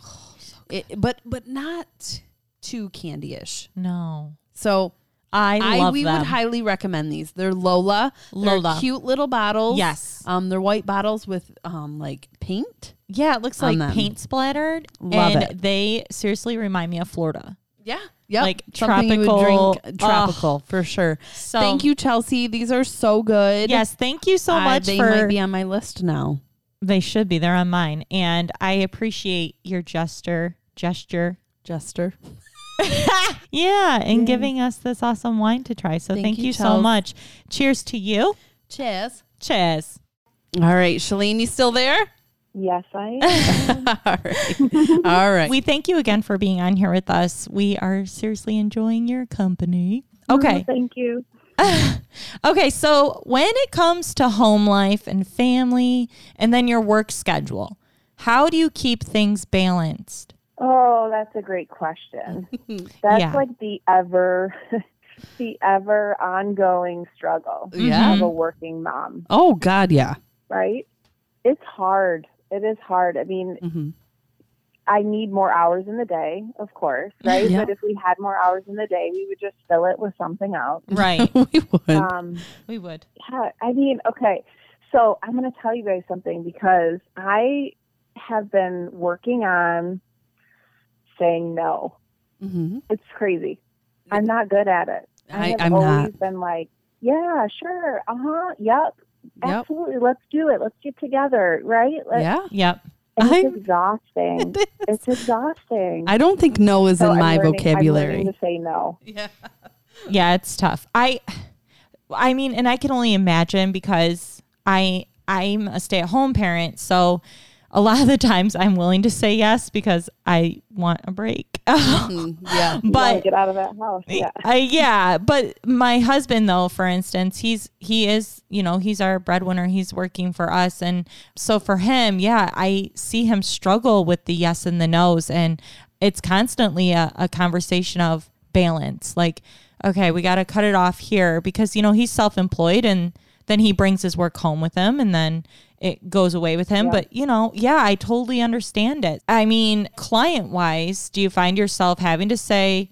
[SPEAKER 2] It- but but not too candy-ish.
[SPEAKER 1] no.
[SPEAKER 2] So
[SPEAKER 1] I,
[SPEAKER 2] I,
[SPEAKER 1] love
[SPEAKER 2] we
[SPEAKER 1] them.
[SPEAKER 2] would highly recommend these. They're Lola. They're
[SPEAKER 1] Lola.
[SPEAKER 2] cute little bottles.
[SPEAKER 1] Yes.
[SPEAKER 2] um, they're white bottles with um like paint.
[SPEAKER 1] yeah, it looks
[SPEAKER 2] on
[SPEAKER 1] like
[SPEAKER 2] them.
[SPEAKER 1] paint splattered.
[SPEAKER 2] Love
[SPEAKER 1] and
[SPEAKER 2] it.
[SPEAKER 1] they seriously remind me of Florida.
[SPEAKER 2] Yeah. Yep.
[SPEAKER 1] Like
[SPEAKER 2] Something you would
[SPEAKER 1] tropical-
[SPEAKER 2] drink, tropical for sure.
[SPEAKER 1] So-
[SPEAKER 2] Thank you, Chelsea. These are so good.
[SPEAKER 1] Yes, thank you so
[SPEAKER 2] I-
[SPEAKER 1] much
[SPEAKER 2] They
[SPEAKER 1] for
[SPEAKER 2] might be on my list now.
[SPEAKER 1] They should be. They're on mine. And I appreciate your gesture, gesture.
[SPEAKER 2] Jester.
[SPEAKER 1] Yeah, and giving us this awesome wine to try. So
[SPEAKER 2] Thank
[SPEAKER 1] thank,
[SPEAKER 2] you,
[SPEAKER 1] you, so
[SPEAKER 2] Chels.
[SPEAKER 1] much. Cheers to you.
[SPEAKER 2] Cheers.
[SPEAKER 1] Cheers.
[SPEAKER 2] All right, Shalene, you
[SPEAKER 1] [laughs]
[SPEAKER 2] still there?
[SPEAKER 3] Yes,
[SPEAKER 2] [laughs]
[SPEAKER 3] I am.
[SPEAKER 2] All right. All right.
[SPEAKER 1] We thank you again for being on here with us. We are seriously enjoying your company. Okay.
[SPEAKER 3] Thank you.
[SPEAKER 1] Okay. So when it comes to home life and family and then your work schedule, how do you keep things balanced?
[SPEAKER 3] Oh, that's a
[SPEAKER 2] [laughs]
[SPEAKER 3] great question. That's
[SPEAKER 1] Yeah.
[SPEAKER 3] like the ever, [laughs] the ever ongoing struggle
[SPEAKER 2] Yeah.
[SPEAKER 3] of a working mom,
[SPEAKER 2] oh, God, yeah.
[SPEAKER 3] right? It's hard. It is hard. I mean,
[SPEAKER 1] Mm-hmm.
[SPEAKER 2] Mhm.
[SPEAKER 3] I need more hours in the day, of course, right?
[SPEAKER 2] Yeah.
[SPEAKER 3] But if we had more hours in the day, we would just fill it with something else.
[SPEAKER 1] [laughs] Right.
[SPEAKER 2] [laughs] we would.
[SPEAKER 3] Um,
[SPEAKER 1] we would.
[SPEAKER 3] yeah, I mean, okay. So I'm going to tell you guys something because I have been working on saying no.
[SPEAKER 1] Mm-hmm.
[SPEAKER 2] Mhm.
[SPEAKER 3] It's crazy. I'm not good at it. I,
[SPEAKER 2] I,
[SPEAKER 3] have
[SPEAKER 2] I'm
[SPEAKER 3] always
[SPEAKER 2] not.
[SPEAKER 3] been like, yeah, sure, uh huh, yep,
[SPEAKER 2] Yep.
[SPEAKER 3] absolutely, let's do it, let's get together, right? Let's,
[SPEAKER 2] Yeah.
[SPEAKER 1] Yep.
[SPEAKER 3] and It's
[SPEAKER 2] I'm- [laughs]
[SPEAKER 3] exhausting. It's exhausting.
[SPEAKER 2] I don't think no is
[SPEAKER 3] So
[SPEAKER 2] in
[SPEAKER 3] I'm
[SPEAKER 2] my
[SPEAKER 3] learning- I'm learning
[SPEAKER 2] vocabulary.
[SPEAKER 3] to say no.
[SPEAKER 2] Yeah.
[SPEAKER 1] yeah it's tough i i mean and i can only imagine because i i'm a stay-at-home parent so a lot of the times i'm willing to say yes because i want a break [laughs]
[SPEAKER 2] [laughs] Yeah.
[SPEAKER 3] You wanna
[SPEAKER 1] but
[SPEAKER 3] get out of that house. Yeah.
[SPEAKER 1] I, yeah, but my husband though, for instance, he's he is, you know, he's our breadwinner. He's working for us and so for him, yeah, I see him struggle with the yes and the no's and it's constantly a, a conversation of balance. Like, okay, we got to cut it off here because you know, he's self-employed and then he brings his work home with him and then it goes away with him. But, you know, yeah, I totally understand it. I mean, client wise, do you find yourself having to say,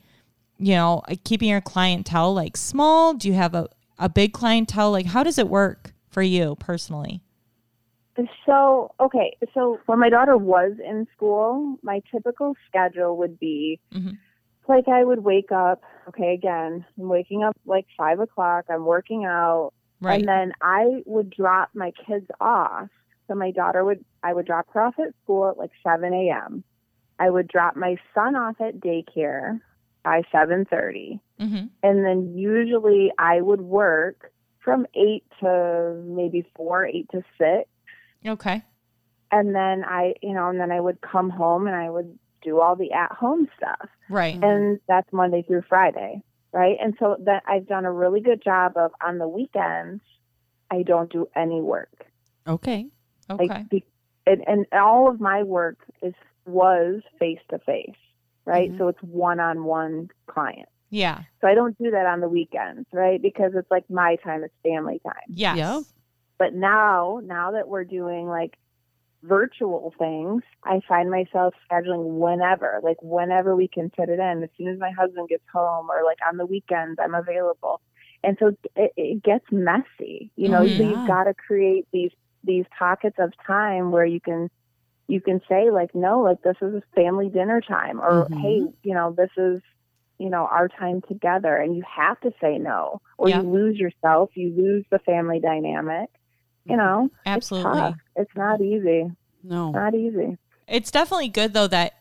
[SPEAKER 1] you know, keeping your clientele like small? Do you have a, a big clientele? Like, how does it work for you personally?
[SPEAKER 3] So, okay. So, when my daughter was in school, my typical schedule would be
[SPEAKER 1] Mhm.
[SPEAKER 3] like I would wake up, okay, again, I'm waking up like five o'clock, I'm working out,
[SPEAKER 1] Right.
[SPEAKER 3] and then I would drop my kids off. So, my daughter would, I would drop her off at school at like 7 a.m. I would drop my son off at daycare by 7.30.
[SPEAKER 1] Mm-hmm.
[SPEAKER 3] And then usually I would work from eight to maybe four, eight to six.
[SPEAKER 1] Okay.
[SPEAKER 3] And then I, you know, and then I would come home and I would do all the at home stuff.
[SPEAKER 1] Right.
[SPEAKER 3] And that's Monday through Friday, right? And so that I've done a really good job of on the weekends, I don't do any work.
[SPEAKER 2] Okay.
[SPEAKER 1] Okay.
[SPEAKER 3] Like, be- and, and all of my work is was face to face, right?
[SPEAKER 2] Mhm.
[SPEAKER 3] So it's one on one client.
[SPEAKER 1] yeah.
[SPEAKER 3] So I don't do that on the weekends, right? Because it's like my time, it's family time.
[SPEAKER 1] Yes.
[SPEAKER 2] Yeah.
[SPEAKER 3] But now, now that we're doing like virtual things, I find myself scheduling whenever, like whenever we can fit it in. As soon as my husband gets home or like on the weekends, I'm available. And so it, it gets messy, you know,
[SPEAKER 1] Mhm.
[SPEAKER 3] so
[SPEAKER 2] Yeah.
[SPEAKER 3] you've got to create these, these pockets of time where you can, you can say like, no, like this is family dinner time or,
[SPEAKER 2] Mhm.
[SPEAKER 3] Hey, you know, this is, you know, our time together and you have to say no or
[SPEAKER 1] Yeah.
[SPEAKER 3] you lose yourself, you lose the family dynamic, you know, It's,
[SPEAKER 1] Absolutely.
[SPEAKER 3] tough. it's not easy.
[SPEAKER 2] No.
[SPEAKER 3] Not easy.
[SPEAKER 1] It's definitely good though that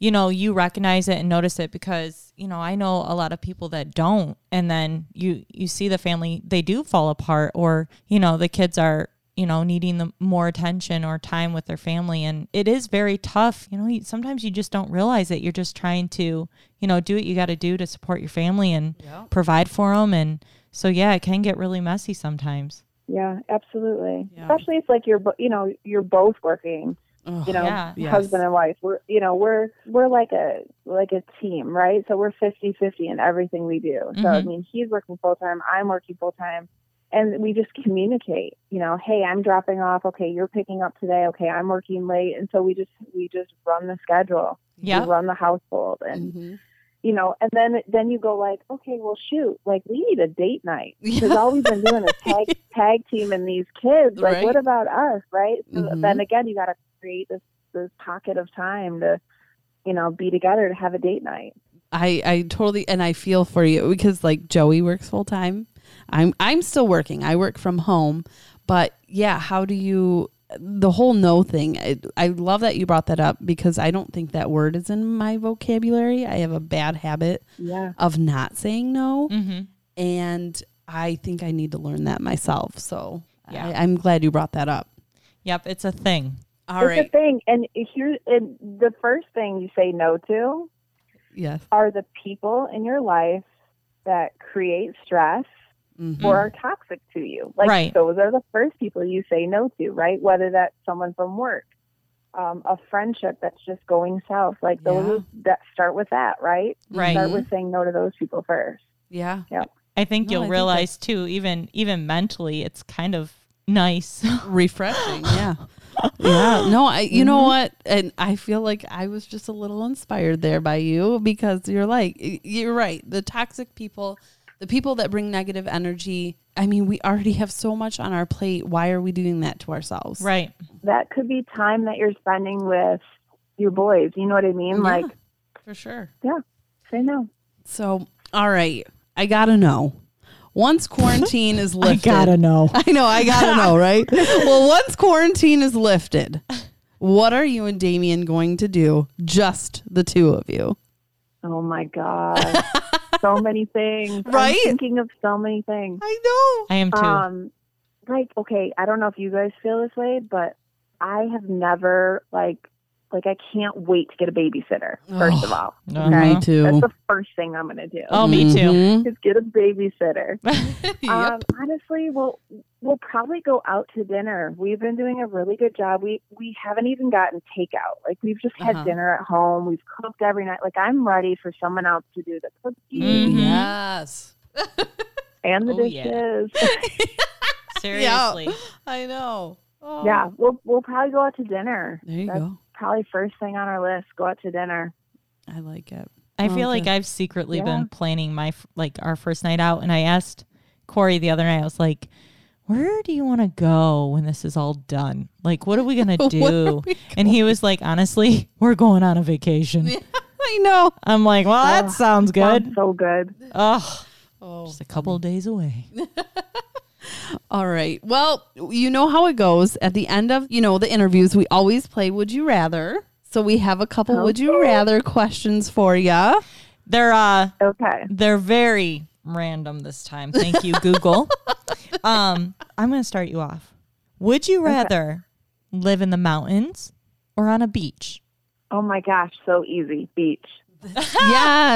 [SPEAKER 1] you know you recognize it and notice it because you know I know a lot of people that don't and then you you see the family they do fall apart or you know the kids are you know needing the more attention or time with their family and it is very tough you know you, sometimes you just don't realize it you're just trying to you know do what you got to do to support your family and provide for them and so yeah it can get really messy sometimes
[SPEAKER 3] Yeah, absolutely.
[SPEAKER 2] Yeah.
[SPEAKER 3] Especially if like you're, bo- you know, you're both working,
[SPEAKER 2] Ugh.
[SPEAKER 3] you know,
[SPEAKER 1] Yeah.
[SPEAKER 2] Yes.
[SPEAKER 3] husband and wife. We're, you know, we're, we're like a, like a team, right? So we're 50 50 in everything we do. So, I
[SPEAKER 2] Mm-hmm.
[SPEAKER 1] Mhm.
[SPEAKER 3] mean, he's working full time, I'm working full time. And we just communicate, you know, hey, I'm dropping off. Okay, you're picking up today. Okay, I'm working late. And so we just, we just run the schedule.
[SPEAKER 1] yeah
[SPEAKER 3] We run the household and,
[SPEAKER 1] Mm-hmm.
[SPEAKER 2] [laughs] Mhm.
[SPEAKER 3] you know, and then then you go like, okay, well, shoot, like we need a date night because all we've been doing is
[SPEAKER 2] [laughs]
[SPEAKER 3] tag tag teaming these kids. Like,
[SPEAKER 2] Right.
[SPEAKER 3] what about us, right? So
[SPEAKER 2] Mhm.
[SPEAKER 3] Then again, you got to create this this pocket of time to, you know, be together to have a date night.
[SPEAKER 2] I I totally and I feel for you because like Joey works full time. I'm I'm still working. I work from home, but yeah, how do you the whole no thing? I, I love that you brought that up because I don't think that word is in my vocabulary. I have a bad habit
[SPEAKER 3] Yeah,
[SPEAKER 2] of not saying no,
[SPEAKER 1] mm-hmm.
[SPEAKER 2] and I think I need to learn that myself. So
[SPEAKER 1] Yeah.
[SPEAKER 2] I, I'm glad you brought that up.
[SPEAKER 1] yep it's a thing
[SPEAKER 2] All
[SPEAKER 3] it's
[SPEAKER 2] right.
[SPEAKER 3] a thing. And here, and the first thing you say no to
[SPEAKER 2] Yes.
[SPEAKER 3] are the people in your life that create stress
[SPEAKER 2] Mhm.
[SPEAKER 3] or are toxic to you. Like
[SPEAKER 1] Right.
[SPEAKER 3] those are the first people you say no to, right? Whether that's someone from work, um, a friendship that's just going south. Like those
[SPEAKER 2] Yeah.
[SPEAKER 3] are- that start with that, right?
[SPEAKER 1] right
[SPEAKER 3] Start with saying no to those people first.
[SPEAKER 2] Mm-hmm. Yeah.
[SPEAKER 1] I think
[SPEAKER 2] No, I
[SPEAKER 1] you'll
[SPEAKER 2] think
[SPEAKER 1] realize too, even even mentally, it's kind of nice. [laughs]
[SPEAKER 2] refreshing yeah yeah no i you know what and i feel like i was just a little inspired there by you because you're like y- you're right the toxic people the people that bring negative energy i mean we already have so much on our plate why are we doing that to ourselves
[SPEAKER 1] right.
[SPEAKER 3] That could be time that you're spending with your boys. You know what I mean?
[SPEAKER 2] Yeah.
[SPEAKER 3] Like
[SPEAKER 2] for sure
[SPEAKER 3] say no.
[SPEAKER 2] so all right i gotta know once quarantine is lifted
[SPEAKER 1] know.
[SPEAKER 2] [laughs] I know, I gotta know, right? Well, once quarantine is lifted, what are you and Damien going to do? Just the two of you.
[SPEAKER 3] Oh
[SPEAKER 2] [laughs]
[SPEAKER 3] my god, so many things.
[SPEAKER 2] Right?
[SPEAKER 3] I'm thinking of so many things.
[SPEAKER 2] I
[SPEAKER 1] I am too.
[SPEAKER 3] Um, like, okay, I don't know if you guys feel this way, but I have never like, like I can't wait to get a babysitter. First of all,
[SPEAKER 1] Oh, No. [laughs]
[SPEAKER 2] [laughs]
[SPEAKER 3] okay,
[SPEAKER 2] Me too.
[SPEAKER 3] Uh-huh. that's Mm-hmm. the first thing I'm gonna do.
[SPEAKER 1] oh, me too.
[SPEAKER 2] Mhm.
[SPEAKER 3] Is get a babysitter.
[SPEAKER 2] Yep. [laughs]
[SPEAKER 3] Um, honestly, we'll we'll probably go out to dinner. We've been doing a really good job. We we haven't even gotten takeout. Like we've just had
[SPEAKER 2] Uh-huh.
[SPEAKER 3] dinner at home. We've cooked every night. Like I'm ready for someone else to do the cooking
[SPEAKER 2] Mm-hmm.
[SPEAKER 1] Mhm.
[SPEAKER 2] Yes.
[SPEAKER 3] and the
[SPEAKER 1] Oh, yeah.
[SPEAKER 3] dishes.
[SPEAKER 1] Seriously.
[SPEAKER 2] I know. Oh.
[SPEAKER 3] yeah, we'll we'll probably go out to dinner.
[SPEAKER 2] There you
[SPEAKER 3] That's
[SPEAKER 2] go.
[SPEAKER 3] probably first thing on our list. Go out to dinner.
[SPEAKER 2] I like it.
[SPEAKER 1] I
[SPEAKER 2] Oh,
[SPEAKER 1] feel like
[SPEAKER 2] good.
[SPEAKER 1] I've secretly
[SPEAKER 3] Yeah.
[SPEAKER 1] been planning my f- like our first night out, and I asked Corey the other night. I was like, "Where do you want to go when this is all done? Like, what are we gonna
[SPEAKER 2] [laughs] Where
[SPEAKER 1] do?"
[SPEAKER 2] are we
[SPEAKER 1] and he was like, "Honestly, [laughs] we're going on a vacation."
[SPEAKER 2] I know.
[SPEAKER 1] I'm like, "Well, that
[SPEAKER 3] Oh,
[SPEAKER 1] sounds
[SPEAKER 3] Sounds
[SPEAKER 1] good."
[SPEAKER 3] so good.
[SPEAKER 1] Oh,
[SPEAKER 2] Oh.
[SPEAKER 1] just a couple of days away.
[SPEAKER 2] All right. Well, you know how it goes. At the end of, you know, the interviews, we always play Would You Rather. So we have a couple Would You Rather questions for you.
[SPEAKER 1] They're uh
[SPEAKER 3] Okay.
[SPEAKER 1] they're very random this time. Thank you,
[SPEAKER 3] [laughs]
[SPEAKER 1] Google. um, I'm gonna start you off. Would you rather live in the mountains or on a beach?
[SPEAKER 3] Oh my gosh, so easy. Beach.
[SPEAKER 2] yes,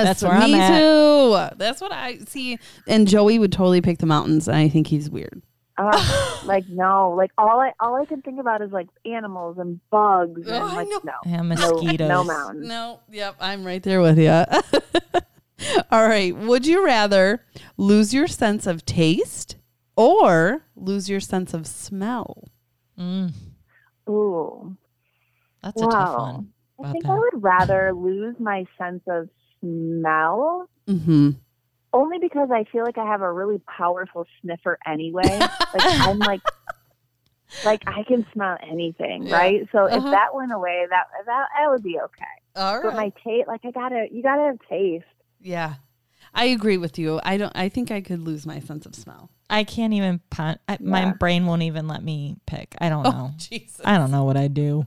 [SPEAKER 1] That's where I'm
[SPEAKER 2] me
[SPEAKER 1] at.
[SPEAKER 2] too. That's what I see. And Joey would totally pick the mountains, and I think he's weird.
[SPEAKER 3] Ugh, like no, like all I all I can think about is like animals and bugs and
[SPEAKER 2] Oh, I
[SPEAKER 3] like
[SPEAKER 2] know.
[SPEAKER 3] no,
[SPEAKER 1] And
[SPEAKER 3] no,
[SPEAKER 1] mosquitoes.
[SPEAKER 3] no mountains.
[SPEAKER 2] No, yep, I'm right there with you. [laughs] All right, would you rather lose your sense of taste or lose your sense of smell?
[SPEAKER 1] Mm,
[SPEAKER 3] Ooh,
[SPEAKER 1] that's a tough
[SPEAKER 3] Wow.
[SPEAKER 1] one.
[SPEAKER 3] I
[SPEAKER 1] About
[SPEAKER 3] think
[SPEAKER 1] that.
[SPEAKER 3] I would rather lose my sense of smell.
[SPEAKER 2] Mm-hmm.
[SPEAKER 3] Only because I feel like I have a really powerful sniffer anyway. like I'm like, like I can smell anything,
[SPEAKER 2] Yeah.
[SPEAKER 3] right? So if
[SPEAKER 2] Uh-huh.
[SPEAKER 3] that went away, that that that would be okay.
[SPEAKER 2] All
[SPEAKER 3] But my taste, like I gotta, you gotta have taste.
[SPEAKER 2] yeah, I agree with you. I don't. I think I could lose my sense of smell. [laughs]
[SPEAKER 1] I can't even pun- I, my
[SPEAKER 3] Yeah. Oh.
[SPEAKER 1] brain won't even let me pick. I don't know.
[SPEAKER 2] Jesus.
[SPEAKER 1] I don't know what I do.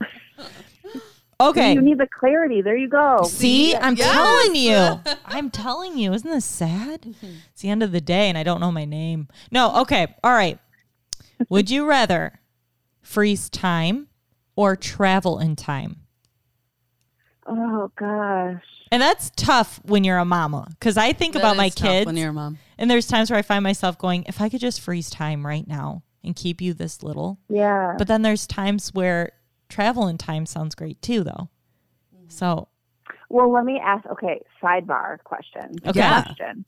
[SPEAKER 1] Okay.
[SPEAKER 3] You need the clarity. There you go.
[SPEAKER 1] See,
[SPEAKER 2] See?
[SPEAKER 1] I'm
[SPEAKER 2] Yes.
[SPEAKER 1] telling you. [laughs] I'm telling you. Isn't this sad? It's the end of the day and I don't know my name. No, okay. All right. Would you rather freeze time or travel in time?
[SPEAKER 3] Oh gosh.
[SPEAKER 1] And that's tough when you're a mama because I think about my kids.
[SPEAKER 2] when you're a mom.
[SPEAKER 1] and there's times where I find myself going, if I could just freeze time right now and keep you this little.
[SPEAKER 3] Yeah.
[SPEAKER 1] But then there's times where travel in time sounds great too, though. So,
[SPEAKER 3] Well, let me ask. Okay, sidebar question.
[SPEAKER 1] Okay.
[SPEAKER 2] Yeah.
[SPEAKER 3] Question.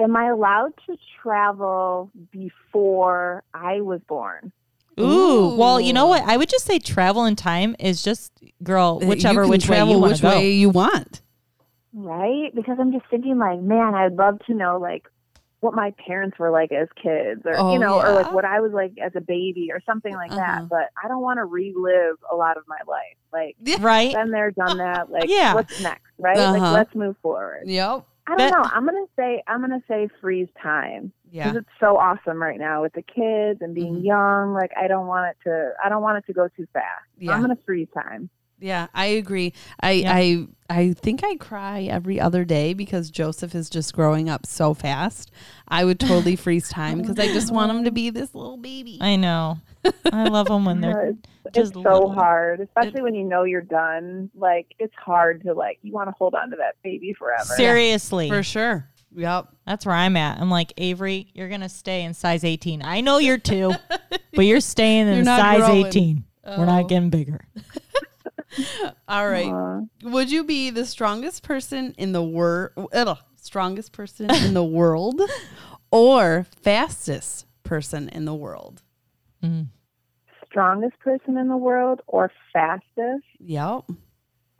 [SPEAKER 3] Am I allowed to travel before I was born?
[SPEAKER 1] ooh, well, you know
[SPEAKER 2] Ooh.
[SPEAKER 1] what? I would just say travel in time is just, girl, whichever
[SPEAKER 2] you can
[SPEAKER 1] which way
[SPEAKER 2] travel
[SPEAKER 1] you want
[SPEAKER 2] which
[SPEAKER 1] to go.
[SPEAKER 2] way you want.
[SPEAKER 3] Right? Because I'm just thinking, like, man, I'd love to know, like, what my parents were like as kids, or
[SPEAKER 2] Oh,
[SPEAKER 3] you know, or
[SPEAKER 2] yeah.
[SPEAKER 3] like what I was like as a baby, or something like
[SPEAKER 2] Uh-huh.
[SPEAKER 1] Mm-hmm.
[SPEAKER 3] that. But I don't want to relive a lot of my life. Like,
[SPEAKER 1] [laughs]
[SPEAKER 2] [laughs]
[SPEAKER 1] Right?
[SPEAKER 3] been there, done that. Like,
[SPEAKER 1] Yeah.
[SPEAKER 3] what's next? Right?
[SPEAKER 2] Uh-huh.
[SPEAKER 3] Like, let's move forward.
[SPEAKER 2] Yep.
[SPEAKER 3] I don't
[SPEAKER 1] That-
[SPEAKER 3] know. I'm gonna say I'm gonna say freeze time.
[SPEAKER 2] Yeah.
[SPEAKER 3] because it's so awesome right now with the kids and being
[SPEAKER 2] Mhm.
[SPEAKER 3] young. Like I don't want it to. I don't want it to go too fast.
[SPEAKER 2] Yeah.
[SPEAKER 3] I'm gonna freeze time.
[SPEAKER 2] Yeah, I agree. I
[SPEAKER 1] Yeah.
[SPEAKER 2] I I think I cry every other day because Joseph is just growing up so fast. I
[SPEAKER 1] [laughs]
[SPEAKER 2] would totally freeze time because I just want him to be this little baby.
[SPEAKER 1] I know. I love them when
[SPEAKER 3] Yeah,
[SPEAKER 1] they're
[SPEAKER 3] it's
[SPEAKER 1] just
[SPEAKER 3] it's so
[SPEAKER 1] little.
[SPEAKER 3] hard, especially when you know you're done. Like it's hard to like you want to hold on to that baby forever.
[SPEAKER 1] Seriously.
[SPEAKER 2] For sure. Yep.
[SPEAKER 1] That's where I'm at. I'm like, Avery, you're going to stay in size 18. I know you're
[SPEAKER 2] [laughs]
[SPEAKER 1] two, but you're staying in
[SPEAKER 2] You're not
[SPEAKER 1] size
[SPEAKER 2] growing.
[SPEAKER 1] 18. We're
[SPEAKER 2] Oh.
[SPEAKER 1] not getting bigger.
[SPEAKER 2] All right.
[SPEAKER 3] Aw.
[SPEAKER 2] Would you be the strongest person in the world? Strongest person in [laughs] the world, or fastest person in the world?
[SPEAKER 3] Strongest person in the world or fastest?
[SPEAKER 2] Yep.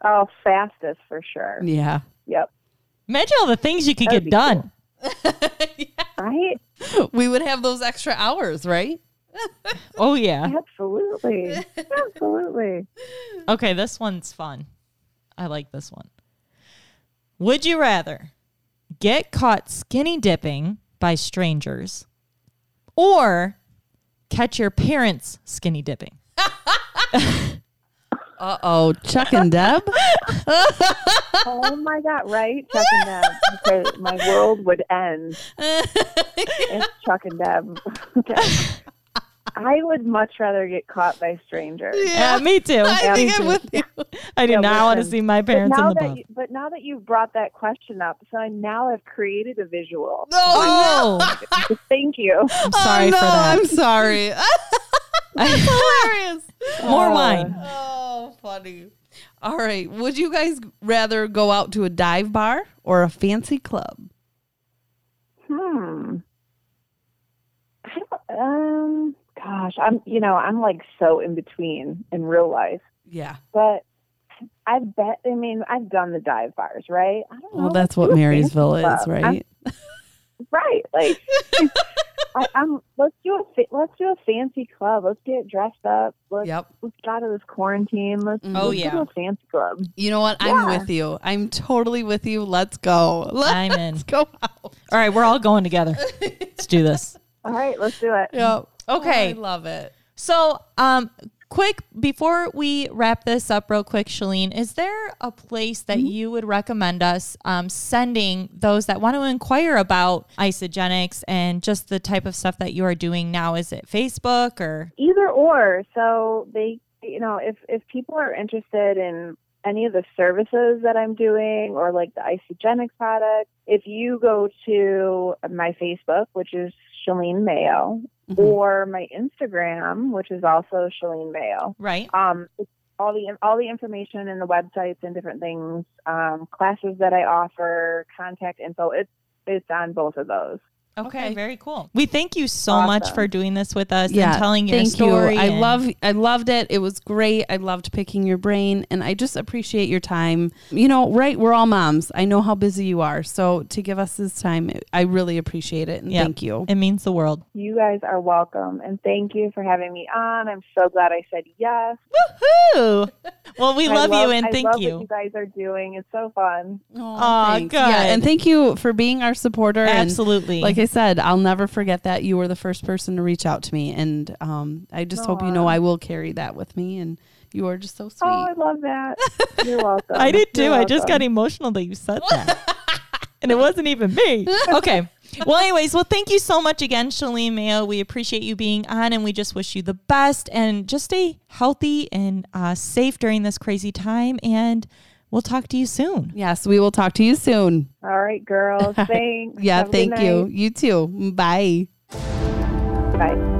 [SPEAKER 3] Oh, fastest for sure.
[SPEAKER 2] Yeah.
[SPEAKER 3] Yep.
[SPEAKER 1] Imagine all the things you could
[SPEAKER 3] That'd
[SPEAKER 1] get
[SPEAKER 3] be
[SPEAKER 1] done.
[SPEAKER 3] Right?
[SPEAKER 2] We would have those extra hours, right?
[SPEAKER 1] Oh, yeah.
[SPEAKER 3] Absolutely. Absolutely.
[SPEAKER 1] Okay, this one's fun. I like this one. Would you rather get caught skinny dipping by strangers or catch your parents skinny dipping?
[SPEAKER 2] Uh oh, Chuck and [laughs] Deb.
[SPEAKER 3] Oh my God! Right? Chuck and Deb. Okay, my world would end if Chuck and Deb. I would much rather get caught by strangers.
[SPEAKER 1] Yeah, Uh, me too.
[SPEAKER 2] I think I'm
[SPEAKER 1] Me
[SPEAKER 2] with
[SPEAKER 1] too.
[SPEAKER 2] you.
[SPEAKER 1] [laughs] I do
[SPEAKER 3] Yeah,
[SPEAKER 1] not want to
[SPEAKER 3] listen.
[SPEAKER 1] see my
[SPEAKER 3] But
[SPEAKER 1] parents in
[SPEAKER 3] now
[SPEAKER 1] the
[SPEAKER 3] that
[SPEAKER 1] pub.
[SPEAKER 3] you, but now that you've brought that question up, so I now have created a visual.
[SPEAKER 1] Oh,
[SPEAKER 3] Thank you.
[SPEAKER 1] I'm sorry
[SPEAKER 2] oh, no,
[SPEAKER 1] for that.
[SPEAKER 2] I'm [laughs] sorry. That's hilarious.
[SPEAKER 1] More
[SPEAKER 3] Uh,
[SPEAKER 2] [laughs]
[SPEAKER 1] wine.
[SPEAKER 2] Oh, funny. All right. Would you guys rather go out to a dive bar or a fancy club?
[SPEAKER 3] Hmm. I don't- Um. Gosh, I'm. You know, I'm like so in between in real life,
[SPEAKER 2] Yeah.
[SPEAKER 3] but. I bet. I mean, I've done the dive bars, right? I don't know.
[SPEAKER 2] Well, that's
[SPEAKER 3] Let's
[SPEAKER 2] what
[SPEAKER 3] do a
[SPEAKER 2] Marysville
[SPEAKER 3] fancy
[SPEAKER 2] is,
[SPEAKER 3] club. I'm
[SPEAKER 2] right?
[SPEAKER 3] Right. Like,
[SPEAKER 2] [laughs]
[SPEAKER 3] I, I'm. Let's do a. fa- Let's do a fancy club. Let's get dressed up. Let's
[SPEAKER 2] Yep.
[SPEAKER 3] let's get out of this quarantine. Let's.
[SPEAKER 2] Oh,
[SPEAKER 3] let's go
[SPEAKER 1] yeah.
[SPEAKER 3] to a fancy club.
[SPEAKER 2] You know what?
[SPEAKER 3] Yeah.
[SPEAKER 2] I'm with you. I'm totally with you. Let's go. Let's
[SPEAKER 1] I'm in.
[SPEAKER 2] go out.
[SPEAKER 1] All right, we're all going together. Let's do this.
[SPEAKER 3] All right, let's do it.
[SPEAKER 2] Yep.
[SPEAKER 1] Okay.
[SPEAKER 2] I love Oh, it.
[SPEAKER 1] So, um, quick before we wrap this up real quick shalene is there a place that you would recommend us um, sending those that want to inquire about isogenics and just the type of stuff that you are doing now is it facebook or
[SPEAKER 3] Either or. So they, you know, if if people are interested in any of the services that I'm doing or like the isogenic product, if you go to my Facebook, which is Shalene Mayo,
[SPEAKER 1] Mm-hmm.
[SPEAKER 2] Mhm.
[SPEAKER 3] or my Instagram, which is also Shalene Mayo.
[SPEAKER 1] right
[SPEAKER 3] Um, it's all the all the information and the websites and different things, um, classes that I offer, contact info. It's it's on both of those.
[SPEAKER 1] Okay,
[SPEAKER 2] Okay.
[SPEAKER 1] very cool. We thank you so much
[SPEAKER 3] Awesome.
[SPEAKER 1] for doing this with us
[SPEAKER 2] Yeah,
[SPEAKER 1] and telling your
[SPEAKER 2] Thank
[SPEAKER 1] story.
[SPEAKER 2] you. I
[SPEAKER 1] and-
[SPEAKER 2] love I loved it. It was great. I loved picking your brain and I just appreciate your time. You know, right, we're all moms. I know how busy you are. So to give us this time, I really appreciate it and
[SPEAKER 1] Yeah.
[SPEAKER 2] thank you.
[SPEAKER 1] It means the world.
[SPEAKER 3] You guys are welcome, and thank you for having me on. I'm so glad I said yes.
[SPEAKER 1] Woohoo! Well, we
[SPEAKER 3] I
[SPEAKER 1] love, you and
[SPEAKER 3] I
[SPEAKER 1] thank
[SPEAKER 3] love What
[SPEAKER 1] you.
[SPEAKER 3] you guys are doing. It's so fun.
[SPEAKER 1] Aw,
[SPEAKER 2] thanks.
[SPEAKER 1] good.
[SPEAKER 2] Yeah, and thank you for being our supporter. and
[SPEAKER 1] Absolutely.
[SPEAKER 2] like I said, I'll never forget that you were the first person to reach out to me, and um, I just hope you know
[SPEAKER 3] Aw.
[SPEAKER 2] I will carry that with me. And you are just so sweet.
[SPEAKER 3] Oh, I love
[SPEAKER 1] [laughs]
[SPEAKER 3] that. You're welcome.
[SPEAKER 1] I did too.
[SPEAKER 3] You're
[SPEAKER 1] I just got
[SPEAKER 3] welcome.
[SPEAKER 1] emotional that you said that. and it wasn't even me. Okay. Well, anyways, well, thank you so much again, Shalene Mayo. We appreciate you being on and we just wish you the best and just stay healthy and uh, safe during this crazy time. And we'll talk to you soon.
[SPEAKER 2] yes, we will talk to you soon.
[SPEAKER 3] All
[SPEAKER 1] [laughs]
[SPEAKER 3] right, girls. Thanks.
[SPEAKER 2] Yeah,
[SPEAKER 3] Have a good
[SPEAKER 2] thank you.
[SPEAKER 3] night.
[SPEAKER 2] You too. Bye.
[SPEAKER 3] Bye.